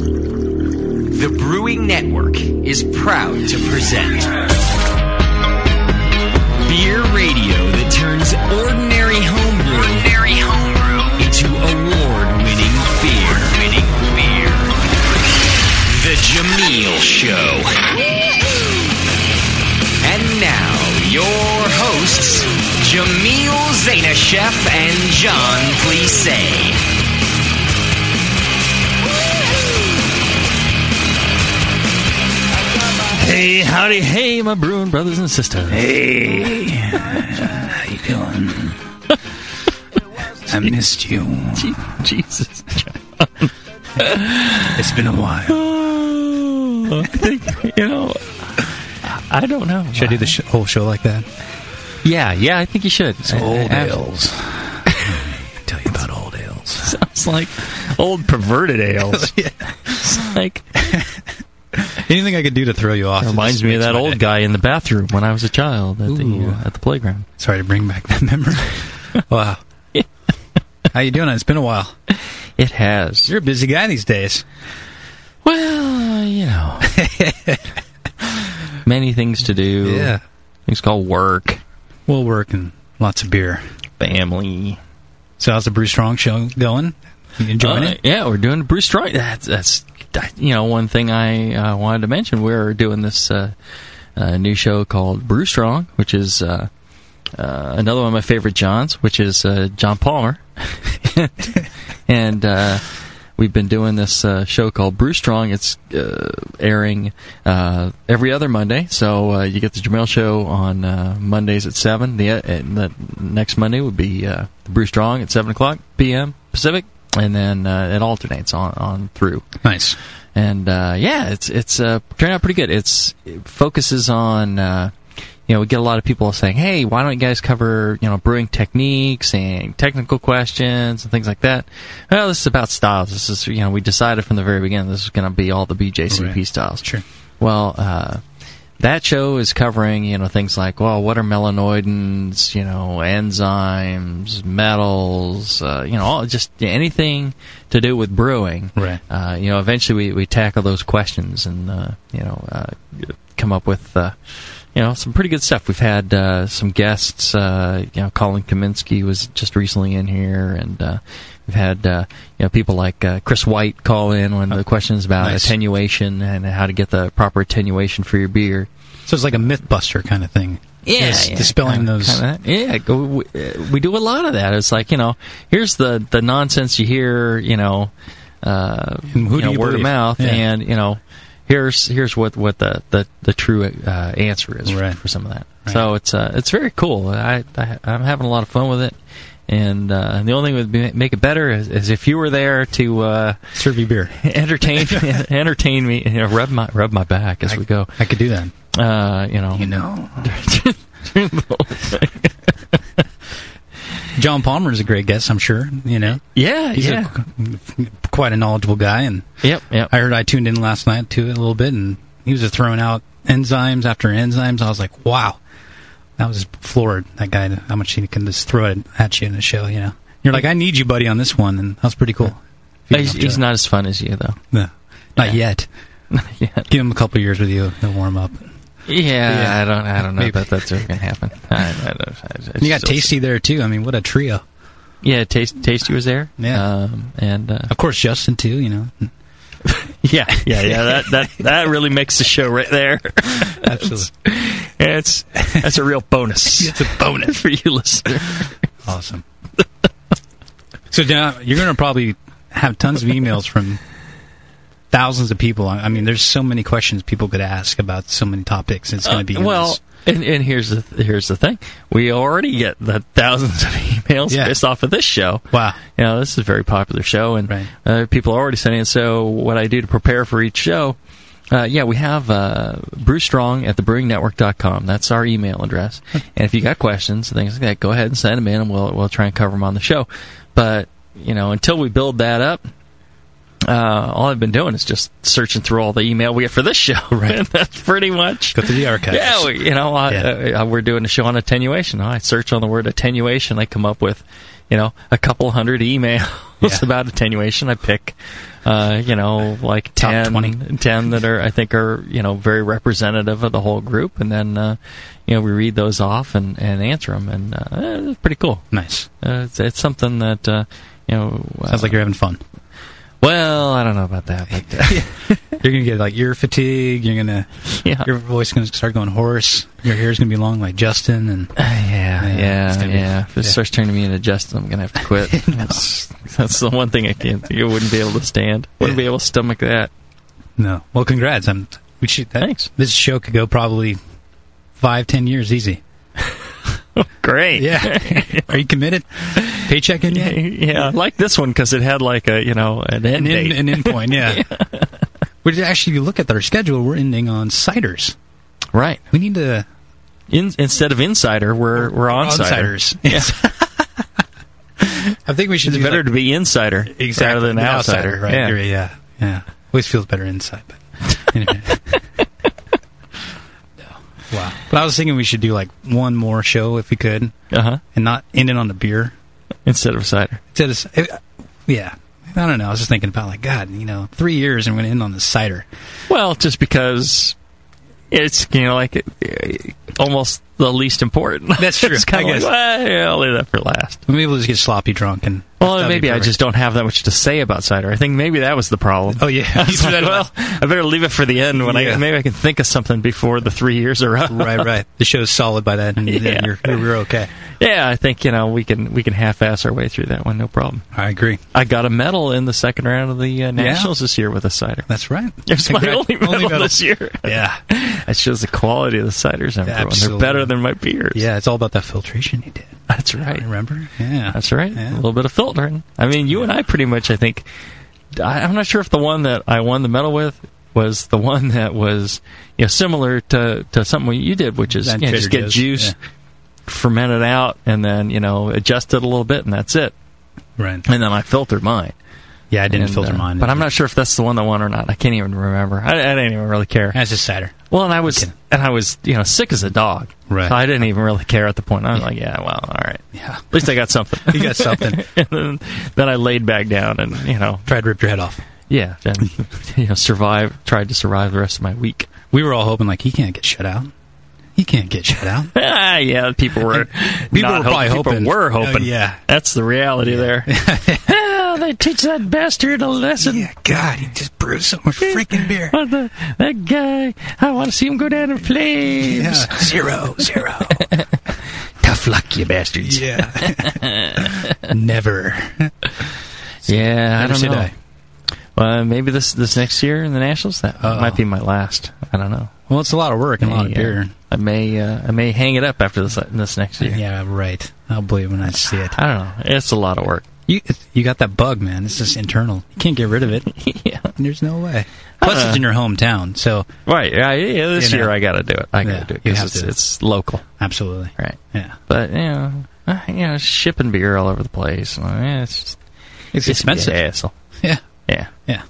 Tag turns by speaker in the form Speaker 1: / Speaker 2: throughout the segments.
Speaker 1: The Brewing Network is proud to present Beer Radio that turns ordinary homebrew, into award-winning beer. Winning beer. The Jameel Show. And now, your hosts, Jameel Zainashev and John Plisse.
Speaker 2: Hey, howdy, hey, my Bruin brothers and sisters.
Speaker 3: Hey, how you doing? I missed you.
Speaker 2: Jesus.
Speaker 3: It's been a while.
Speaker 2: I think, you know, I don't know.
Speaker 4: Should I do the sh- whole show like that?
Speaker 2: Yeah, yeah, I think you should. It's
Speaker 3: Old ales. Tell you about old ales.
Speaker 2: Sounds like old perverted ales. It's like
Speaker 4: Anything I could do to throw you off?
Speaker 2: reminds
Speaker 4: just
Speaker 2: me of
Speaker 4: makes
Speaker 2: that
Speaker 4: my
Speaker 2: old
Speaker 4: day.
Speaker 2: guy in the bathroom when I was a child at the uh, at the playground.
Speaker 4: Sorry to bring back that memory. wow. How you doing? It's been a while.
Speaker 2: It has.
Speaker 4: You're a busy guy these days.
Speaker 2: Well, you know, many things to do. things called work,
Speaker 4: Well, work and lots of beer.
Speaker 2: family.
Speaker 4: So how's the Bruce Strong show going? You enjoying
Speaker 2: Uh,
Speaker 4: it?
Speaker 2: Yeah, we're doing Bruce Strong. That's that's that, you know one thing I uh, wanted to mention. We're doing this uh, uh, new show called Bruce Strong, which is uh, uh, another one of my favorite Johns, which is uh, John Palmer, and. Uh, We've been doing this uh, show called Bruce Strong. It's uh, airing uh, every other Monday, so uh, you get the Jamel Show on uh, Mondays at seven. The, uh, and the next Monday would be uh, the Bruce Strong at seven o'clock p.m. Pacific, and then uh, it alternates on, on through.
Speaker 4: Nice.
Speaker 2: And uh, yeah, it's it's uh, turned out pretty good. It's it focuses on. Uh, you know, we get a lot of people saying, "Hey, why don't you guys cover you know brewing techniques and technical questions and things like that?" Well, this is about styles. This is you know we decided from the very beginning this is going to be all the BJCP
Speaker 4: Right.
Speaker 2: styles.
Speaker 4: Sure.
Speaker 2: Well, uh, that show is covering you know things like well, what are melanoidins? You know, enzymes, metals. Uh, you know, all, just anything to do with brewing
Speaker 4: Right.
Speaker 2: uh, you know, eventually we, we tackle those questions and uh, you know uh, come up with uh, you know some pretty good stuff. We've had uh, some guests. Uh, you know, Colin Kaminsky was just recently in here, and uh, we've had uh, you know people like uh, Chris White call in when the questions about
Speaker 4: Oh, nice.
Speaker 2: attenuation and how to get the proper attenuation for your beer.
Speaker 4: So it's like a MythBuster kind of thing.
Speaker 2: Yeah,
Speaker 4: Just
Speaker 2: yeah,
Speaker 4: dispelling
Speaker 2: kinda-
Speaker 4: those.
Speaker 2: kinda that. yeah, go- we, uh, we do a lot of that. It's like you know, here's the the nonsense you hear, you know, uh,
Speaker 4: And who
Speaker 2: you
Speaker 4: do
Speaker 2: know,
Speaker 4: you
Speaker 2: word of
Speaker 4: believe?
Speaker 2: mouth,
Speaker 4: Yeah.
Speaker 2: and you know, here's here's what what the the, the true uh, answer is
Speaker 4: Right.
Speaker 2: for, some of that.
Speaker 4: Right.
Speaker 2: So it's uh, it's very cool. I, I I'm having a lot of fun with it. And, uh, and the only thing that would be, make it better is, is if you were there to uh,
Speaker 4: Serve you beer.
Speaker 2: entertain entertain me, you know, rub my rub my back as we go.
Speaker 4: I could do that.
Speaker 2: Uh, you know,
Speaker 3: You know,
Speaker 4: John Palmer's a great guest, I'm sure. You know,
Speaker 2: yeah,
Speaker 4: he's
Speaker 2: yeah,
Speaker 4: a, quite a knowledgeable guy, and
Speaker 2: Yep, yep.
Speaker 4: I heard I tuned in last night to it a little bit, and he was just throwing out enzymes after enzymes. I was like, wow, that was floored. That guy, how much he can just throw it at you in a show, you know. You're like, I need you, buddy, on this one, and that was pretty cool.
Speaker 2: he's, he's not as fun as you though.
Speaker 4: No, not yet.
Speaker 2: yeah,
Speaker 4: Give him a couple years with you, they'll warm up.
Speaker 2: yeah, I don't, I don't know
Speaker 4: Maybe.
Speaker 2: that that's ever gonna happen. I, I don't, I, I
Speaker 4: And you got
Speaker 2: still-
Speaker 4: Tasty there too. I mean, what a trio!
Speaker 2: Yeah, taste, tasty was there.
Speaker 4: Yeah.
Speaker 2: um, and uh,
Speaker 4: Of course, Justin too. You know,
Speaker 2: yeah, yeah, yeah. That that that really makes the show right there.
Speaker 4: absolutely
Speaker 2: It's that's a real bonus.
Speaker 4: It's a bonus.
Speaker 2: for you listener.
Speaker 4: awesome. So now you're going to probably have tons of emails from thousands of people. I I mean, there's so many questions people could ask about so many topics. It's going to be
Speaker 2: Uh, well.
Speaker 4: endless.
Speaker 2: And, and here's the here's the thing: we already get the thousands of emails
Speaker 4: Yeah.
Speaker 2: based off of this show.
Speaker 4: Wow.
Speaker 2: You know, this is a very popular show, and
Speaker 4: Right.
Speaker 2: uh, people are already sending. it. So, what I do to prepare for each show, uh, yeah, we have uh, Bruce Strong at thebrewingnetwork.com. That's our email address. and if you got questions and things like that, go ahead and send them in, and we'll we'll try and cover them on the show. But you know, until we build that up, uh, all I've been doing is just searching through all the email we get for this show. Right, that's pretty much.
Speaker 4: Go through the archives.
Speaker 2: Yeah, we, you know, I,
Speaker 4: Yeah.
Speaker 2: uh, we're doing a show on attenuation. I search on the word attenuation. I come up with, you know, a couple hundred emails
Speaker 4: Yeah.
Speaker 2: about attenuation. I pick, uh, you know, like
Speaker 4: Top
Speaker 2: 10,
Speaker 4: 20.
Speaker 2: 10 that are I think are you know very representative of the whole group, and then uh, you know we read those off and, and answer them, and uh, eh, it's pretty cool.
Speaker 4: nice.
Speaker 2: Uh, it's, it's something that uh, you know.
Speaker 4: Sounds
Speaker 2: uh,
Speaker 4: like you're having fun.
Speaker 2: well, I don't know about that, but uh,
Speaker 4: You're going to get like ear fatigue. You're going to
Speaker 2: yeah.
Speaker 4: your voice going to start going hoarse. Your hair's going to be long like Justin. And
Speaker 2: Uh, Yeah,
Speaker 4: Yeah, it's
Speaker 2: yeah,
Speaker 4: gonna be-
Speaker 2: uh, yeah. If it
Speaker 4: yeah.
Speaker 2: starts turning me into Justin, I'm gonna have to quit. that's, that's the one thing I can't. do. I wouldn't be able to stand. Wouldn't be able to stomach that.
Speaker 4: no, well, congrats. I'm. We should, that,
Speaker 2: Thanks.
Speaker 4: This show could go probably five, ten years easy.
Speaker 2: Great.
Speaker 4: Yeah. Are you committed? Paycheck in
Speaker 2: yeah,
Speaker 4: yet?
Speaker 2: yeah. I like this one because it had like a you know an end
Speaker 4: An
Speaker 2: date.
Speaker 4: end, an end point, yeah. Which actually, if you look at our schedule, we're ending on ciders.
Speaker 2: right.
Speaker 4: We need to
Speaker 2: In, instead of insider, we're we're on cider.
Speaker 4: ciders. I think we should
Speaker 2: It's
Speaker 4: do
Speaker 2: better
Speaker 4: like-
Speaker 2: to be insider
Speaker 4: exactly
Speaker 2: rather than
Speaker 4: an
Speaker 2: outsider.
Speaker 4: right?
Speaker 2: Yeah.
Speaker 4: You're- Yeah. yeah, Always feels better inside, but anyway. No. Wow. But I was thinking we should do like one more show if we could,
Speaker 2: Uh huh.
Speaker 4: and not end it on the beer.
Speaker 2: Instead of cider.
Speaker 4: Instead of, c- it- yeah. I don't know. I was just thinking about like God, you know, three years and we're gonna end on the cider.
Speaker 2: Well, just because it's you know like eh, almost the least important.
Speaker 4: That's true.
Speaker 2: it's kind
Speaker 4: I
Speaker 2: of like
Speaker 4: guess.
Speaker 2: well, yeah, I'll leave that for last.
Speaker 4: Maybe we'll just get sloppy drunk and.
Speaker 2: Well,
Speaker 4: that'd be
Speaker 2: maybe I
Speaker 4: perfect.
Speaker 2: just don't have that much to say about cider. I think maybe that was the problem.
Speaker 4: Oh yeah.
Speaker 2: I was like, well, I better leave it for the end when I
Speaker 4: Yeah.
Speaker 2: maybe I can think of something before the three years are up.
Speaker 4: right, right. The show's solid by that, and
Speaker 2: Yeah.
Speaker 4: then you're, you're you're okay.
Speaker 2: Yeah, I think you know we can we can half-ass our way through that one, no problem.
Speaker 4: I agree.
Speaker 2: I got a medal in the second round of the uh, nationals this year with a cider.
Speaker 4: That's right.
Speaker 2: It's my
Speaker 4: Congrats.
Speaker 2: only medal,
Speaker 4: medal.
Speaker 2: this year.
Speaker 4: Yeah,
Speaker 2: That shows the quality of the ciders, everyone. They're
Speaker 4: Absolutely.
Speaker 2: better than my beers.
Speaker 4: yeah. It's all about that filtration he did.
Speaker 2: that's right.
Speaker 4: Remember? Yeah,
Speaker 2: That's right.
Speaker 4: Yeah.
Speaker 2: A little bit of filtering. I mean, you and I pretty much, I think, I, I'm not sure if the one that I won the medal with was the one that was you know, similar to, to something you did, which is
Speaker 4: Than
Speaker 2: you know, just
Speaker 4: Trader
Speaker 2: get
Speaker 4: Joe's,
Speaker 2: juice, ferment it out, and then, you know, adjust it a little bit, and that's it.
Speaker 4: right.
Speaker 2: And then I filtered mine.
Speaker 4: Yeah, I didn't
Speaker 2: And,
Speaker 4: filter
Speaker 2: uh,
Speaker 4: mine,
Speaker 2: But I'm not sure if that's the one that won or not. I can't even remember. I, I didn't even really care.
Speaker 4: That's just cider.
Speaker 2: Well, and I was,
Speaker 4: Okay.
Speaker 2: and I was, you know, sick as a dog.
Speaker 4: Right.
Speaker 2: So I didn't even really care at the point. I was like, yeah, well, all right.
Speaker 4: Yeah,
Speaker 2: At least I got something.
Speaker 4: you got something.
Speaker 2: and then, then I laid back down and you know
Speaker 4: Tried to rip your head off.
Speaker 2: yeah and you know survive tried to survive the rest of my week.
Speaker 4: We were all hoping like he can't get shut out. He can't get shut out.
Speaker 2: Ah, yeah, people were
Speaker 4: People
Speaker 2: not
Speaker 4: were probably
Speaker 2: hoping.
Speaker 4: hoping.
Speaker 2: People were hoping.
Speaker 4: Oh, yeah.
Speaker 2: that's the reality there. Ah, they teach that bastard a lesson.
Speaker 4: yeah, God, he just brews so much freaking beer.
Speaker 2: What the- that guy, I want to see him go down in flames.
Speaker 4: Yeah, zero, zero.
Speaker 2: Tough luck, you bastards.
Speaker 4: yeah, never.
Speaker 2: Yeah, I
Speaker 4: Never
Speaker 2: don't
Speaker 4: say
Speaker 2: know.
Speaker 4: die.
Speaker 2: Uh, maybe this this next year in the nationals that
Speaker 4: Uh-oh.
Speaker 2: might be my last. I don't know.
Speaker 4: Well, it's a lot of work and a lot of
Speaker 2: May, uh,
Speaker 4: beer.
Speaker 2: I may uh, I may hang it up after this this next year.
Speaker 4: Yeah, right. I'll believe when I see it.
Speaker 2: I don't know. It's a lot of work.
Speaker 4: You you got that bug, man. It's just internal. You can't get rid of it.
Speaker 2: yeah.
Speaker 4: There's no way. Plus,
Speaker 2: Uh.
Speaker 4: it's in your hometown, so
Speaker 2: Right. Yeah, yeah, this
Speaker 4: You know.
Speaker 2: year I got to do it. I got
Speaker 4: Yeah,
Speaker 2: to do it
Speaker 4: you
Speaker 2: because
Speaker 4: have
Speaker 2: it's,
Speaker 4: to.
Speaker 2: it's local.
Speaker 4: absolutely.
Speaker 2: Right.
Speaker 4: Yeah,
Speaker 2: But you know, uh, you know, shipping beer all over the place. uh, yeah, it's just,
Speaker 4: it's
Speaker 2: just a big
Speaker 4: expensive.
Speaker 2: hassle.
Speaker 4: Yeah,
Speaker 2: Yeah.
Speaker 4: yeah.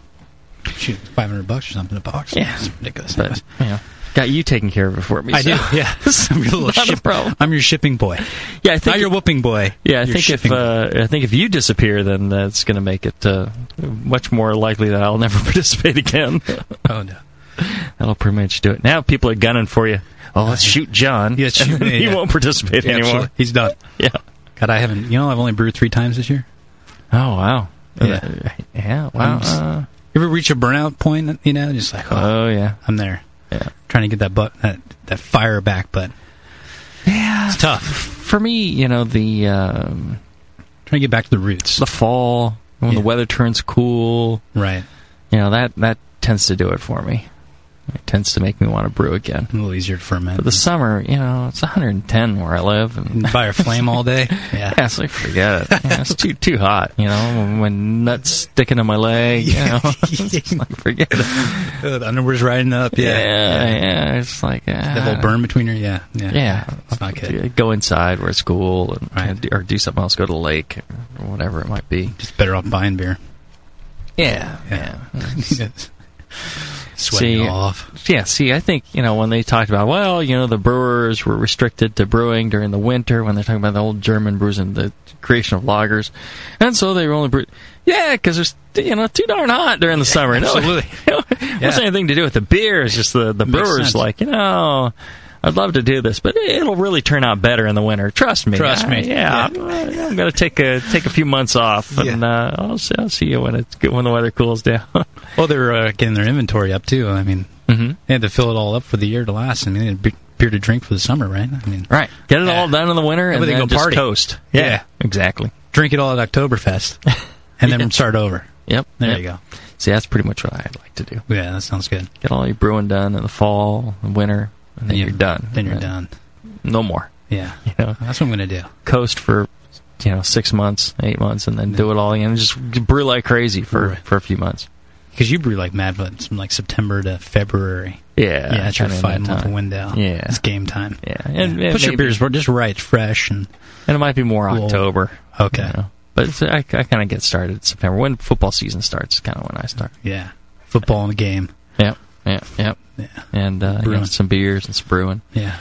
Speaker 4: Shoot, five hundred bucks or something a box.
Speaker 2: Yeah.
Speaker 4: it's ridiculous.
Speaker 2: But you know, got you taken care of it for me.
Speaker 4: I
Speaker 2: so.
Speaker 4: do. Yeah, I'm your, little
Speaker 2: Not a
Speaker 4: ship-
Speaker 2: problem.
Speaker 4: I'm your shipping boy.
Speaker 2: Yeah. I
Speaker 4: Not
Speaker 2: think.
Speaker 4: your whooping boy.
Speaker 2: yeah, I
Speaker 4: Your
Speaker 2: think if
Speaker 4: shipping boy.
Speaker 2: uh, I think if you disappear, then that's going to make it uh, much more likely that I'll never participate again.
Speaker 4: oh no,
Speaker 2: That'll pretty much do it. Now people are gunning for you. Oh, let's shoot John.
Speaker 4: Yeah, shoot
Speaker 2: and then
Speaker 4: me,
Speaker 2: he
Speaker 4: yeah.
Speaker 2: won't participate
Speaker 4: Yeah,
Speaker 2: anymore.
Speaker 4: absolutely. he's done.
Speaker 2: Yeah.
Speaker 4: God, I haven't. You know, I've only brewed three times this year.
Speaker 2: Oh wow.
Speaker 4: Yeah.
Speaker 2: Uh, yeah. Wow.
Speaker 4: I'm s-
Speaker 2: Uh,
Speaker 4: You ever reach a burnout point? You know, just like oh,
Speaker 2: oh yeah.
Speaker 4: I'm there.
Speaker 2: Yeah.
Speaker 4: trying to get that butt that, that fire back, but
Speaker 2: Yeah.
Speaker 4: it's tough.
Speaker 2: For me, you know the um,
Speaker 4: Trying to get back to the roots.
Speaker 2: the fall when the
Speaker 4: Yeah.
Speaker 2: weather turns cool.
Speaker 4: Right.
Speaker 2: You know that that tends to do it for me. It tends to make me want to brew again.
Speaker 4: A little easier to ferment.
Speaker 2: But the summer, you know, it's 110 where I live, and
Speaker 4: And Fire flame all day. Yeah.
Speaker 2: yeah, it's like forget it. Yeah, it's too too hot. You know, my nuts sticking to my leg. You know, It's like, forget it.
Speaker 4: Uh, the underwear's riding up.
Speaker 2: Yeah,
Speaker 4: Yeah.
Speaker 2: yeah. It's like uh,
Speaker 4: That little burn between her. Yeah. Yeah.
Speaker 2: Yeah,
Speaker 4: It's not good.
Speaker 2: Go inside where it's cool, and
Speaker 4: Right.
Speaker 2: or do something else. Go to the lake, or whatever it might be.
Speaker 4: Just better off buying beer.
Speaker 2: Yeah,
Speaker 4: Yeah.
Speaker 2: yeah.
Speaker 4: Sweating
Speaker 2: See,
Speaker 4: it all off.
Speaker 2: Yeah, see, I think, you know, when they talked about, well, you know, the brewers were restricted to brewing during the winter, when they're talking about the old German brews and the creation of lagers, and so they were only brewed. Yeah, because it's, you know, too darn hot during the summer. No,
Speaker 4: absolutely.
Speaker 2: it has anything to do with the beer. It's just the, the
Speaker 4: Makes
Speaker 2: brewers,
Speaker 4: sense.
Speaker 2: like, you know, I'd love to do this, but it'll really turn out better in the winter. Trust me.
Speaker 4: Trust
Speaker 2: I-
Speaker 4: me.
Speaker 2: yeah, I'm, uh, I'm going to take a take a few months off, and uh, I'll, see, I'll see you when it's good, when the weather cools down.
Speaker 4: Well, they were uh, getting their inventory up too. I mean,
Speaker 2: mm-hmm.
Speaker 4: they had to fill it all up for the year to last. I mean, they had be- beer to drink for the summer, right? I mean,
Speaker 2: Right. Get it
Speaker 4: Yeah.
Speaker 2: all done in the winter and
Speaker 4: Everything
Speaker 2: then
Speaker 4: go
Speaker 2: just
Speaker 4: party.
Speaker 2: toast.
Speaker 4: Yeah.
Speaker 2: exactly.
Speaker 4: drink it all at Oktoberfest, and then start over.
Speaker 2: Yep.
Speaker 4: There
Speaker 2: yep.
Speaker 4: you go.
Speaker 2: See, that's pretty much what I'd like to do.
Speaker 4: Yeah, that sounds good.
Speaker 2: Get all your brewing done in the fall, and winter, and then
Speaker 4: Yeah.
Speaker 2: you're done.
Speaker 4: Then you're
Speaker 2: And
Speaker 4: done.
Speaker 2: No more.
Speaker 4: Yeah,
Speaker 2: You know,
Speaker 4: that's what I'm gonna do.
Speaker 2: coast for you know six months, eight months, and then do it all again. Just brew like crazy for
Speaker 4: Right.
Speaker 2: for a few months.
Speaker 4: Because you brew like mad but from like September to February.
Speaker 2: Yeah.
Speaker 4: yeah, that's your
Speaker 2: kinda
Speaker 4: five
Speaker 2: in that
Speaker 4: month
Speaker 2: time.
Speaker 4: window.
Speaker 2: Yeah.
Speaker 4: it's game time.
Speaker 2: Yeah, and, and
Speaker 4: Put your
Speaker 2: maybe-
Speaker 4: beers just right, fresh, and
Speaker 2: and it might be more
Speaker 4: Well,
Speaker 2: October.
Speaker 4: okay.
Speaker 2: you know. But it's- I, I kind of get started September when football season starts. Kind of when I start.
Speaker 4: yeah, football in the game.
Speaker 2: Yep, yep, yep.
Speaker 4: Yeah.
Speaker 2: And uh, you know,
Speaker 4: Brewing.
Speaker 2: some beers and some brewing.
Speaker 4: Yeah.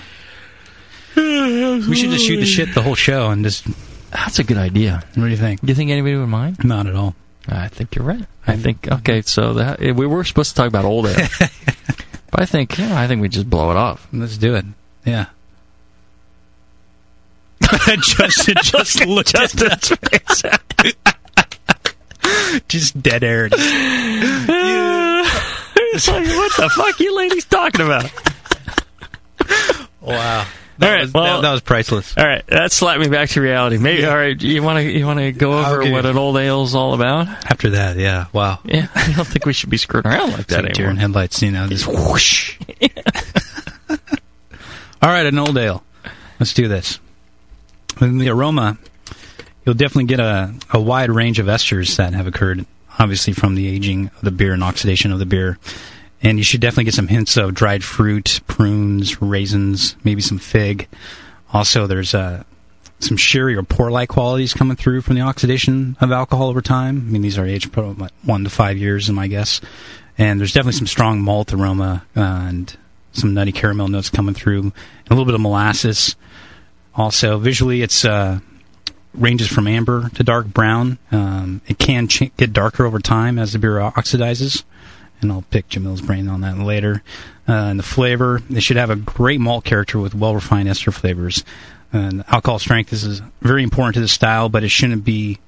Speaker 4: we should just shoot the shit the whole show and just.
Speaker 2: That's a good idea.
Speaker 4: What do you think?
Speaker 2: You think anybody would mind?
Speaker 4: Not at all.
Speaker 2: I think you're right. I
Speaker 4: Hmm.
Speaker 2: think okay. So that we were supposed to talk about old air, but I think yeah, I think we just blow it off.
Speaker 4: Let's do it. Yeah. Justin just looked just, just dead air.
Speaker 2: it's like what the fuck you ladies talking about?
Speaker 4: Wow.
Speaker 2: All right,
Speaker 4: was, that,
Speaker 2: well-
Speaker 4: that was priceless.
Speaker 2: All right, that slapped me back to reality. Maybe all right. You want to you want to go
Speaker 4: I'll
Speaker 2: over
Speaker 4: give
Speaker 2: what
Speaker 4: you-
Speaker 2: an old ale's all about?
Speaker 4: After that, yeah. Wow.
Speaker 2: Yeah, I don't think we should be screwing around like that
Speaker 4: It's like deer in
Speaker 2: anymore.
Speaker 4: headlights, you know, just whoosh. All right, an old ale. Let's do this. In the aroma, you'll definitely get a, a wide range of esters that have occurred, obviously from the aging of the beer and oxidation of the beer. And you should definitely get some hints of dried fruit, prunes, raisins, maybe some fig. Also, there's uh, some sherry or port-like qualities coming through from the oxidation of alcohol over time. I mean, these are aged probably what, one to five years, in my guess. And there's definitely some strong malt aroma uh, and some nutty caramel notes coming through, and a little bit of molasses. Also, visually, it's uh, ranges from amber to dark brown. Um, it can ch- get darker over time as the beer oxidizes, and I'll pick Jamil's brain on that later. Uh, and the flavor, it should have a great malt character with well refined ester flavors. And alcohol strength this is very important to the style, but it shouldn't be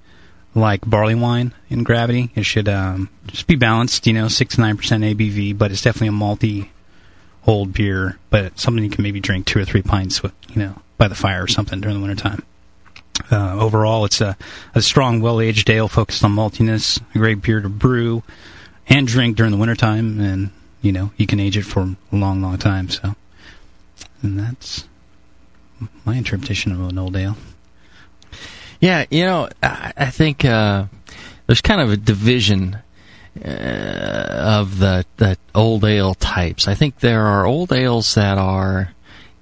Speaker 4: like barley wine in gravity. It should um, just be balanced, you know, six to nine percent ABV, but it's definitely a malty old beer, but something you can maybe drink two or three pints with, you know, by the fire or something during the wintertime. Uh, overall, it's a, a strong, well aged ale focused on maltiness, a great beer to brew and drink during the wintertime, and, you know, you can age it for a long, long time. So, and that's my interpretation of an old ale.
Speaker 2: Yeah, you know, I, I think uh, there's kind of a division uh, of the the old ale types. I think there are old ales that are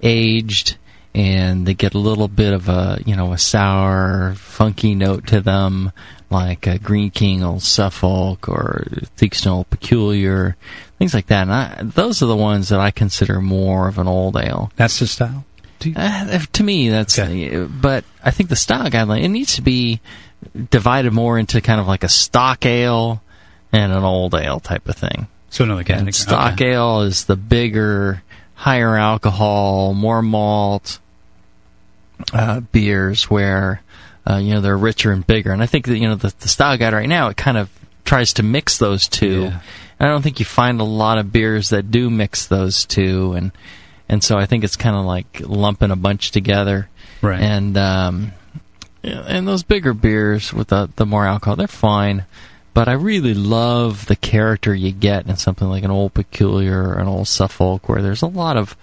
Speaker 2: aged and they get a little bit of a you know a sour, funky note to them, like a Green King, Old Suffolk, or Theakston Old Peculiar, things like that. And I, those are the ones that I consider more of an old ale.
Speaker 4: That's the style.
Speaker 2: Uh, if- to me, that's. uh,
Speaker 4: Okay.
Speaker 2: But I think the style guideline it needs to be divided more into kind of like a stock ale and an old ale type of thing.
Speaker 4: So, another
Speaker 2: And
Speaker 4: category.
Speaker 2: stock
Speaker 4: Okay.
Speaker 2: ale is the bigger, higher alcohol, more malt uh, beers where uh, you know they're richer and bigger. And I think that you know the, the style guide right now it kind of tries to mix those two.
Speaker 4: Yeah.
Speaker 2: And I don't think you find a lot of beers that do mix those two, and and so I think it's kind of like lumping a bunch together.
Speaker 4: Right.
Speaker 2: And um, yeah, and those bigger beers with the the more alcohol, they're fine. But I really love the character you get in something like an old peculiar or an old Suffolk, where there's a lot of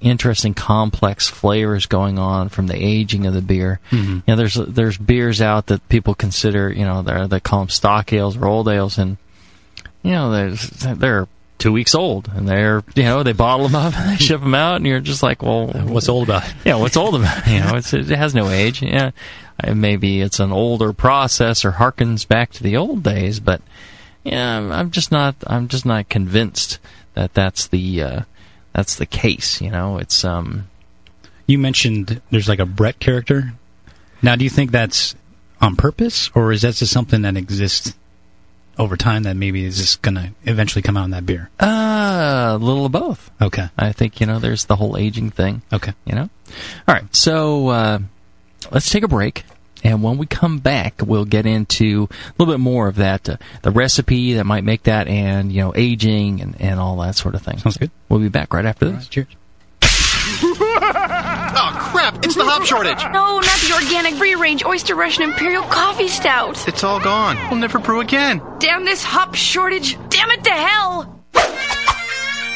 Speaker 2: interesting, complex flavors going on from the aging of the beer. You know, there's there's beers out that people consider, you know, they're, they call them stock ales or old ales, and you know, there's, they're two weeks old, and they're you know they bottle them up and they ship them out, and you're just like, well,
Speaker 4: What's old about it?
Speaker 2: yeah, what's old about it? You know, it's, it has no age. Yeah, Uh, maybe it's an older process or harkens back to the old days, but yeah, I'm- I'm just not. I'm just not convinced that that's the uh, that's the case. You know, it's um,
Speaker 4: You mentioned there's like a Brett character. Now, do you think that's on purpose, or is that just something that exists over time that maybe is just going to eventually come out in that beer?
Speaker 2: uh, a little of both.
Speaker 4: Okay.
Speaker 2: I think you know, there's the whole aging thing.
Speaker 4: Okay.
Speaker 2: You know, all right. So uh, let's take a break, and when we come back, we'll get into a little bit more of that, uh, the recipe that might make that, and you know, aging and, and all that sort of thing.
Speaker 4: Sounds good.
Speaker 2: We'll be back right after
Speaker 4: All right,
Speaker 2: this.
Speaker 4: cheers.
Speaker 5: Oh, crap! It's the hop shortage!
Speaker 6: No, not the organic free range oyster Russian imperial coffee stout.
Speaker 5: It's all gone. We'll never brew again.
Speaker 6: Damn this hop shortage. Damn it to hell.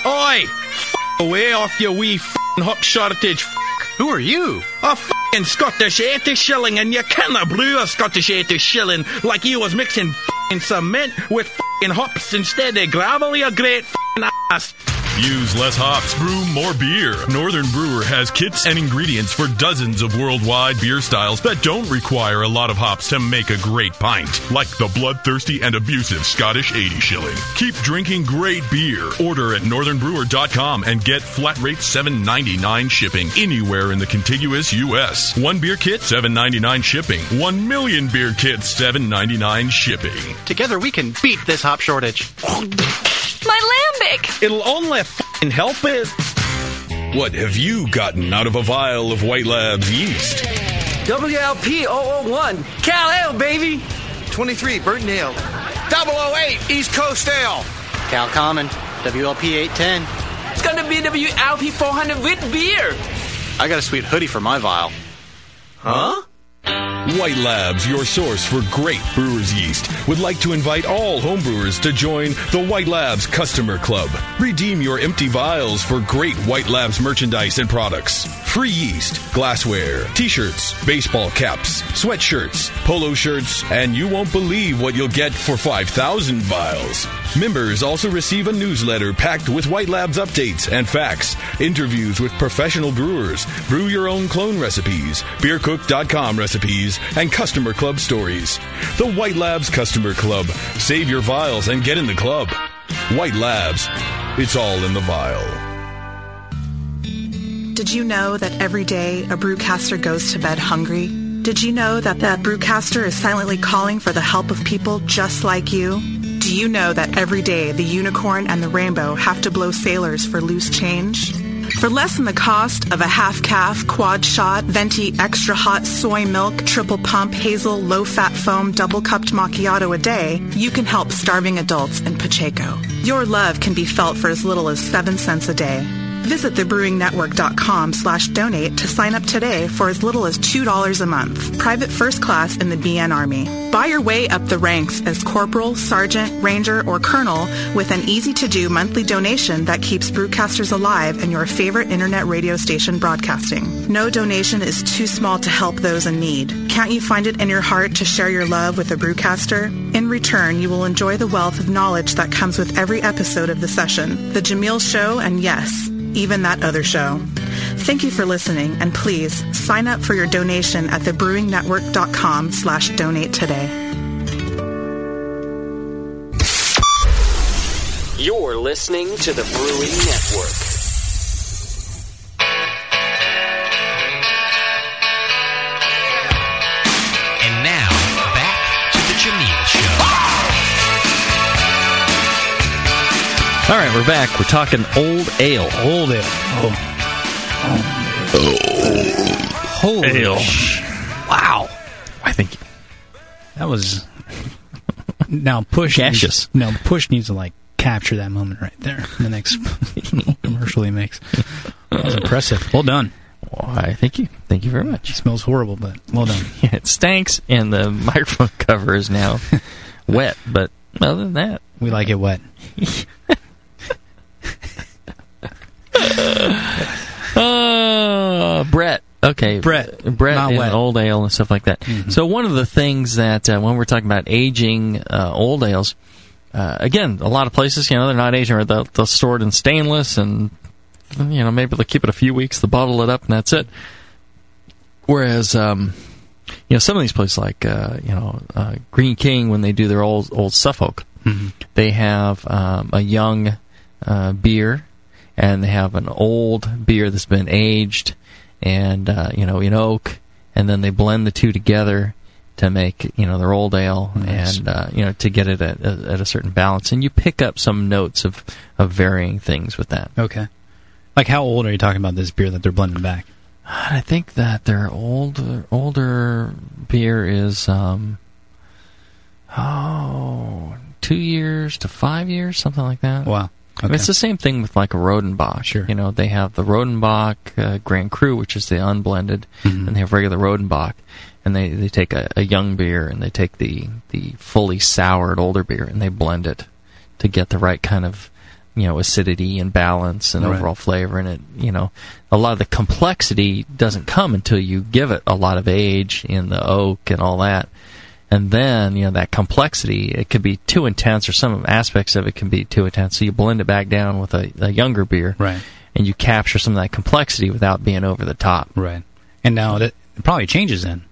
Speaker 7: Oi! F- away off your wee f***ing hop shortage. F-
Speaker 5: Who are you?
Speaker 7: a f***ing Scottish 80 shilling and you canna brew a Scottish 80 shilling like you was mixing f***ing cement with f***ing hops instead of gravel, you great f***ing ass.
Speaker 8: Use less hops, brew more beer. Northern Brewer has kits and ingredients for dozens of worldwide beer styles that don't require a lot of hops to make a great pint, like the bloodthirsty and abusive Scottish 80 shilling. Keep drinking great beer. Order at northernbrewer.com and get flat rate 7.99 shipping anywhere in the contiguous US. 1 beer kit 7.99 shipping. 1 million beer kits 7.99 shipping.
Speaker 5: Together we can beat this hop shortage.
Speaker 6: My lambic.
Speaker 7: It'll only f***ing help it.
Speaker 8: What have you gotten out of a vial of White Labs yeast?
Speaker 9: WLP 001, Cal Ale, baby.
Speaker 5: 23, Burton Ale. 008, East Coast Ale. Cal Common, WLP 810.
Speaker 9: It's gonna be WLP 400 with beer.
Speaker 5: I got a sweet hoodie for my vial.
Speaker 8: White Labs, your source for great brewer's yeast, would like to invite all homebrewers to join the White Labs Customer Club. Redeem your empty vials for great White Labs merchandise and products. Free yeast, glassware, t shirts, baseball caps, sweatshirts, polo shirts, and you won't believe what you'll get for 5,000 vials. Members also receive a newsletter packed with White Labs updates and facts, interviews with professional brewers, brew your own clone recipes, beercook.com recipes, and customer club stories. The White Labs Customer Club. Save your vials and get in the club. White Labs. It's all in the vial.
Speaker 10: Did you know that every day a brewcaster goes to bed hungry? Did you know that that brewcaster is silently calling for the help of people just like you? Do you know that every day the unicorn and the rainbow have to blow sailors for loose change? For less than the cost of a half calf, quad shot, venti, extra hot soy milk, triple pump, hazel, low fat foam, double cupped macchiato a day, you can help starving adults in Pacheco. Your love can be felt for as little as 7 cents a day. Visit thebrewingnetwork.com slash donate to sign up today for as little as $2 a month. Private first class in the BN Army. Buy your way up the ranks as corporal, sergeant, ranger, or colonel with an easy-to-do monthly donation that keeps brewcasters alive and your favorite internet radio station broadcasting. No donation is too small to help those in need. Can't you find it in your heart to share your love with a brewcaster? In return, you will enjoy the wealth of knowledge that comes with every episode of the session, The Jameel Show, and yes, even that other show. Thank you for listening, and please sign up for your donation at thebrewingnetwork.com slash donate today.
Speaker 9: You're listening to the Brewing Network.
Speaker 1: And now, back to the Jameel Show.
Speaker 2: All right, we're back. We're talking old ale.
Speaker 4: Old ale. Oh,
Speaker 2: Oh. Holy
Speaker 7: Ale.
Speaker 2: sh- wow! I think
Speaker 4: that was. Now push.
Speaker 2: Gaseous.
Speaker 4: Needs, no, push needs to like capture that moment right there. in The next commercial he makes. That was impressive. Well done.
Speaker 2: I thank you. Thank you very much.
Speaker 4: Smells horrible, but well done.
Speaker 2: Yeah, it stanks, and the microphone cover is now wet, but other than that,
Speaker 4: we like it wet.
Speaker 2: Uh, Brett. Okay,
Speaker 4: Brett.
Speaker 2: Brett
Speaker 4: Not
Speaker 2: and
Speaker 4: wet. Mm-hmm.
Speaker 2: old ale and stuff like that. So one of the things that uh, when we're talking about aging uh, old ales, uh, again, a lot of places you know they're not aging, or they'll, they'll store it in stainless, and you know maybe they'll keep it a few weeks, they bottle it up, and that's it. Whereas, um, you know, some of these places like uh, you know uh, Green King, when they do their old old Suffolk, they have um, a young uh, beer, and they have an old beer that's been aged, and uh, you know in oak, and then they blend the two together to make you know their old ale, and uh, you know to get it at, at at a certain balance, and you pick up some notes of of varying things with that.
Speaker 4: Okay. Like, how old are you talking about this beer that they're blending back?
Speaker 2: God, I think that their older older beer is um oh two years to five years, something like that.
Speaker 4: Wow.
Speaker 2: I mean,
Speaker 4: Okay.
Speaker 2: it's the same thing with like a Rodenbach. Sure. You know, they have the Rodenbach uh, Grand Cru, which is the unblended,
Speaker 4: Mm-hmm.
Speaker 2: and they have regular Rodenbach. And they, they take a, a young beer and they take the, the fully soured older beer and they blend it to get the right kind of, you know, acidity and balance and
Speaker 4: Right.
Speaker 2: overall flavor. And it, you know, a lot of the complexity doesn't come until you give it a lot of age in the oak and all that and then you know that complexity it could be too intense or some aspects of it can be too intense so you blend it back down with a, a younger beer
Speaker 4: Right.
Speaker 2: and you capture some of that complexity without being over the top
Speaker 4: Right. And now that it probably changes then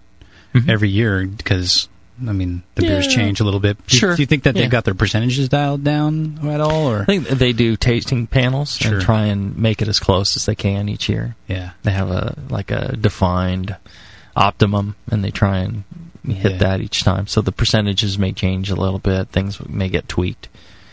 Speaker 2: Mm-hmm.
Speaker 4: every year because I mean the beers
Speaker 2: Yeah.
Speaker 4: change a little bit. Do you-
Speaker 2: Sure.
Speaker 4: Do you think that
Speaker 2: Yeah.
Speaker 4: they've got their percentages dialed down at all? Or
Speaker 2: i think they do tasting panels
Speaker 4: Sure.
Speaker 2: and try and make it as close as they can each year
Speaker 4: yeah,
Speaker 2: they have a like a defined optimum and they try and hit
Speaker 4: Yeah.
Speaker 2: that each time so the percentages may change a little bit things may get tweaked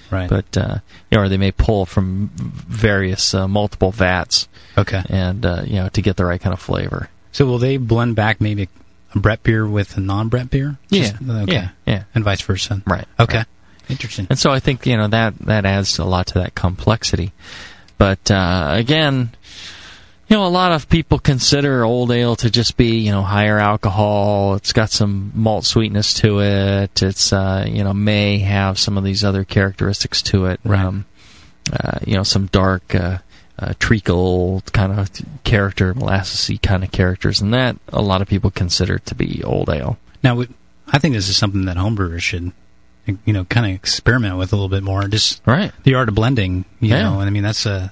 Speaker 4: right.
Speaker 2: but uh, you know, or they may pull from various uh, multiple vats,
Speaker 4: okay.
Speaker 2: and uh, you know, to get the right kind of flavor.
Speaker 4: So will they blend back maybe a Brett beer with a non-Brett beer? Just- uh,
Speaker 2: Yeah.
Speaker 4: okay.
Speaker 2: Yeah. Yeah.
Speaker 4: And vice versa.
Speaker 2: Right.
Speaker 4: Okay. Interesting.
Speaker 2: And so I think you know that that adds a lot to that complexity. But uh, again, you know, a lot of people consider old ale to just be you know higher alcohol. It's got some malt sweetness to it. It's uh, you know may have some of these other characteristics to it.
Speaker 4: Right.
Speaker 2: Um, uh, you know, some dark. Uh, uh, treacle kind of character, molassesy kind of characters, and that a lot of people consider to be old ale.
Speaker 4: Now, we, I think this is something that homebrewers should, you know, kind of experiment with a little bit more. Just
Speaker 2: Right.
Speaker 4: the art of blending, you
Speaker 2: Yeah.
Speaker 4: know. And I mean, that's uh,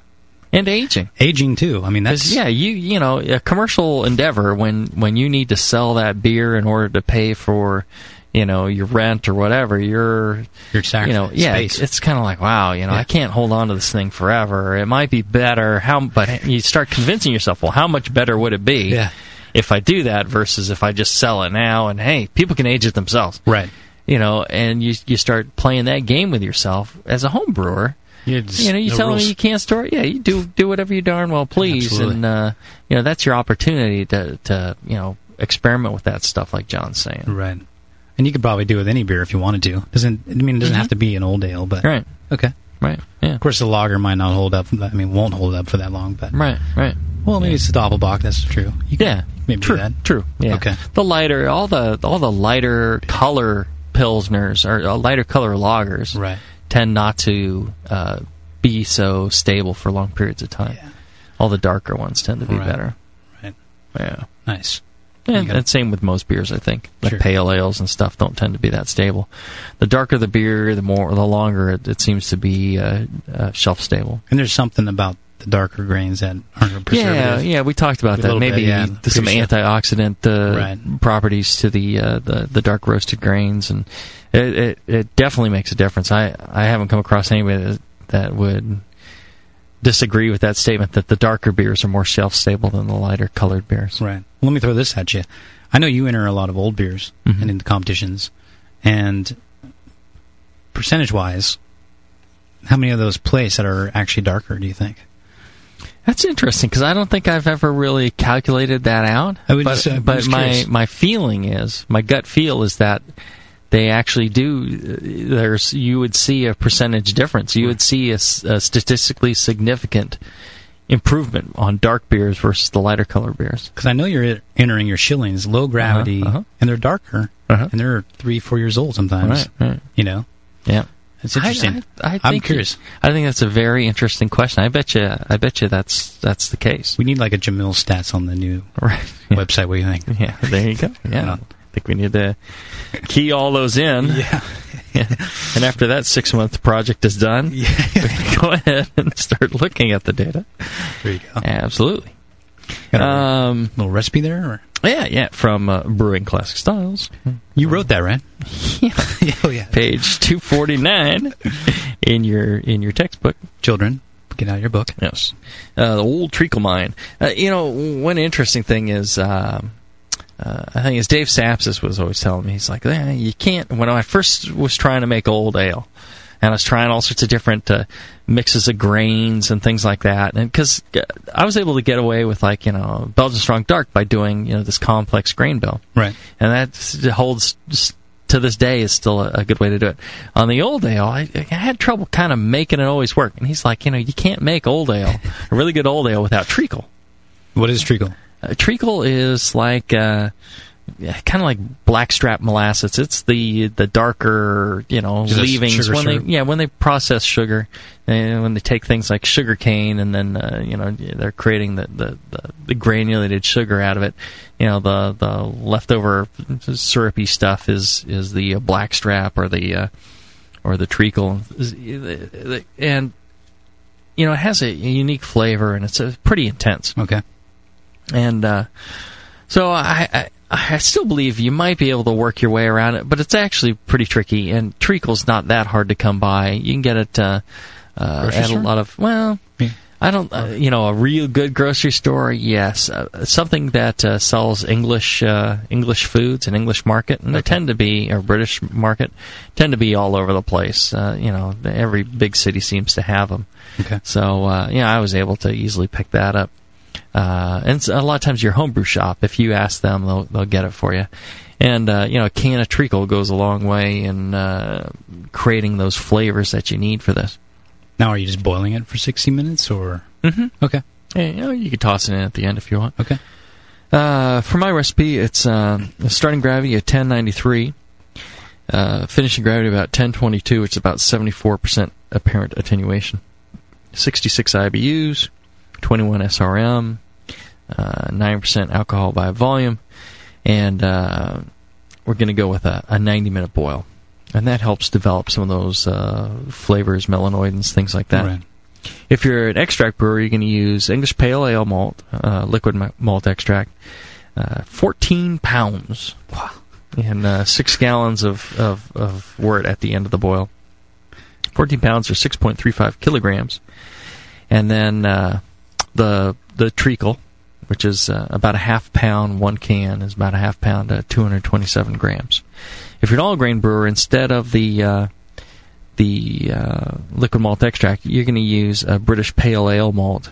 Speaker 2: And aging.
Speaker 4: aging too. I mean, that's
Speaker 2: yeah, you you know, a commercial endeavor when when you need to sell that beer in order to pay for, you know, your rent or whatever, you're
Speaker 4: your sacrifice.
Speaker 2: you know, yeah,
Speaker 4: space.
Speaker 2: it's, kind of like wow, you know,
Speaker 4: Yeah.
Speaker 2: I can't hold on to this thing forever. It might be better. How but you start convincing yourself, well, how much better would it be
Speaker 4: Yeah.
Speaker 2: if I do that versus if I just sell it now and hey, people can age it themselves.
Speaker 4: right.
Speaker 2: You know, and you you start playing that game with yourself as a home brewer
Speaker 4: You're just-
Speaker 2: you know, you
Speaker 4: no
Speaker 2: tell
Speaker 4: rules.
Speaker 2: them you can't store it. Yeah, you do do whatever you darn well please,
Speaker 4: Absolutely.
Speaker 2: and uh, you know that's your opportunity to to you know experiment with that stuff, like John's saying.
Speaker 4: Right. And you could probably do it with any beer if you wanted to. Doesn't I mean it doesn't have to be an old ale, but
Speaker 2: Mm-hmm. Right.
Speaker 4: Okay.
Speaker 2: Right. Yeah.
Speaker 4: Of course, the lager might not hold up. I mean, won't hold up for that long. But
Speaker 2: Right. Right.
Speaker 4: well, maybe it's the doppelbock. That's true. You could
Speaker 2: Yeah.
Speaker 4: maybe do
Speaker 2: true.
Speaker 4: that.
Speaker 2: True. Yeah.
Speaker 4: Okay.
Speaker 2: The lighter, all the all the lighter color pilsners or uh, lighter color lagers,
Speaker 4: Right.
Speaker 2: tend not to uh, be so stable for long periods of time. All the darker ones tend to be
Speaker 4: Right.
Speaker 2: better.
Speaker 4: Right.
Speaker 2: Yeah.
Speaker 4: Nice.
Speaker 2: And
Speaker 4: You got-
Speaker 2: and same with most beers, I think. Like
Speaker 4: Sure.
Speaker 2: pale ales and stuff don't tend to be that stable. The darker the beer, the more, the longer it, it seems to be uh, uh, shelf stable.
Speaker 4: And there's something about the darker grains that aren't a
Speaker 2: Yeah,
Speaker 4: preservative.
Speaker 2: yeah, we talked about
Speaker 4: A
Speaker 2: that.
Speaker 4: little bit,
Speaker 2: Maybe
Speaker 4: yeah.
Speaker 2: there's some
Speaker 4: Appreciate-
Speaker 2: antioxidant uh,
Speaker 4: Right.
Speaker 2: properties to the, uh, the the dark roasted grains, and it, it it definitely makes a difference. I I haven't come across anybody that, that would disagree with that statement that the darker beers are more shelf stable than the lighter colored beers.
Speaker 4: Right. Let me throw this at you. I know you enter a lot of old beers
Speaker 2: Mm-hmm.
Speaker 4: and into competitions, and percentage wise, how many of those plays that are actually darker? Do you think?
Speaker 2: That's interesting because I don't think I've ever really calculated that out.
Speaker 4: I would
Speaker 2: but
Speaker 4: just, uh,
Speaker 2: but
Speaker 4: was
Speaker 2: my
Speaker 4: curious.
Speaker 2: my feeling is my gut feel is that they actually do. uh, There's you would see a percentage difference. You would see a, s- a statistically significant improvement on dark beers versus the lighter color beers.
Speaker 4: Because I know you're entering your shillings, low gravity,
Speaker 2: Uh-huh, uh-huh.
Speaker 4: and they're darker,
Speaker 2: Uh-huh.
Speaker 4: and they're three, four years old sometimes.
Speaker 2: Right, right.
Speaker 4: You know,
Speaker 2: Yeah.
Speaker 4: it's interesting. am curious.
Speaker 2: I think that's a very interesting question. I bet you. I bet you that's that's the case.
Speaker 4: We need like a Jamil stats on the new
Speaker 2: Right.
Speaker 4: website. What do you think? Uh,
Speaker 2: Yeah. There you go. Yeah. I think we need to key all those in. Yeah. And after that six month project is done, we can go ahead and start looking at the data.
Speaker 4: There you go.
Speaker 2: Absolutely.
Speaker 4: Got a
Speaker 2: Um,
Speaker 4: little recipe there. Or?
Speaker 2: yeah, yeah, from uh, Brewing Classic Styles.
Speaker 4: You wrote that, right? Yeah. oh yeah.
Speaker 2: page 249 in your in your textbook
Speaker 4: Children, get out of your book.
Speaker 2: yes uh, the old treacle mine uh, you know one interesting thing is um, uh, i think as dave sapsis was always telling me he's like eh, you can't when i first was trying to make old ale and I was trying all sorts of different uh, mixes of grains and things like that, and because I was able to get away with like you know Belgian strong dark by doing you know this complex grain bill,
Speaker 4: Right.
Speaker 2: and that s- holds s- to this day is still a, a good way to do it. On the old ale, I, I had trouble kind of making it always work, and he's like, you know, you can't make old ale, a really good old ale, without treacle.
Speaker 4: What is treacle?
Speaker 2: Uh, treacle is like uh, kind of like blackstrap molasses. It's the the darker, you know,
Speaker 4: Just a
Speaker 2: leavings
Speaker 4: sugar
Speaker 2: when
Speaker 4: syrup.
Speaker 2: they yeah when they process sugar, and when they take things like sugar cane and then uh, you know they're creating the, the, the, the granulated sugar out of it. You know the the leftover syrupy stuff is is the uh, blackstrap or the uh, or the treacle, and you know it has a unique flavor and it's uh pretty intense
Speaker 4: Okay.
Speaker 2: and uh, so I, I I still believe you might be able to work your way around it, but it's actually pretty tricky. And treacle's not that hard to come by. You can get it uh, uh,
Speaker 4: Grocery
Speaker 2: at a
Speaker 4: store?
Speaker 2: lot of well.
Speaker 4: Yeah.
Speaker 2: I don't, uh, you know, a real good grocery store. Yes, uh, something that uh, sells English uh, English foods and English market, and they tend to be or British market tend to be all over the place. Uh, you know, every big city seems to have them.
Speaker 4: Okay.
Speaker 2: So uh, yeah, I was able to easily pick that up. Uh, and it's- a lot of times your homebrew shop, if you ask them, they'll they'll get it for you. And uh, you know, a can of treacle goes a long way in uh, creating those flavors that you need for this.
Speaker 4: Now, are you just boiling it for sixty minutes, or? Mm-hmm. Okay.
Speaker 2: Yeah, you, know, you could toss it in at the end if you want.
Speaker 4: Okay.
Speaker 2: Uh, for my recipe, it's um, starting gravity at 1093, uh, finishing gravity about 1022, which is about 74% apparent attenuation. 66 IBUs, 21 SRM, uh, 9% alcohol by volume, and uh, we're going to go with a, a 90 minute boil. And that helps develop some of those uh, flavors, melanoidins, things like that.
Speaker 4: Right.
Speaker 2: If you're an extract brewer, you're going to use English Pale Ale malt, uh, liquid ma- malt extract, uh, 14 pounds. Wow. And uh, six gallons of, of, of wort at the end of the boil. 14 pounds or 6.35 kilograms. And then uh, the the treacle, which is uh, about a half pound, one can is about a half pound, uh, 227 grams. If you're an all grain brewer, instead of the uh, the uh, liquid malt extract, you're going to use a British pale ale malt.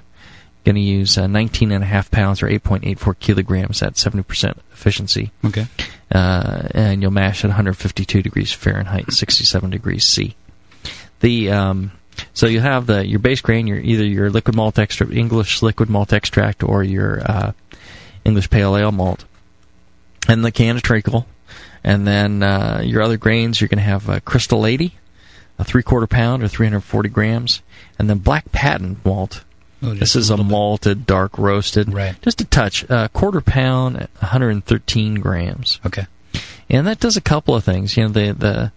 Speaker 2: Going to use uh, 19 and a half pounds or 8.84 kilograms at 70% efficiency,
Speaker 4: Okay.
Speaker 2: uh, and you'll mash at 152 degrees Fahrenheit, 67 degrees C. The um, so you have the uh, your base grain, your either your liquid malt extract, English liquid malt extract, or your uh, English pale ale malt, and the can of treacle, and then uh, your other grains. You're going to have uh, Crystal Lady, a three quarter pound or 340 grams, and then Black Patent malt.
Speaker 4: Oh,
Speaker 2: This
Speaker 4: just
Speaker 2: is a, malted, dark roasted,
Speaker 4: Right.
Speaker 2: just a touch, a quarter pound, 113 grams,
Speaker 4: Okay.
Speaker 2: and that does a couple of things. You know, the the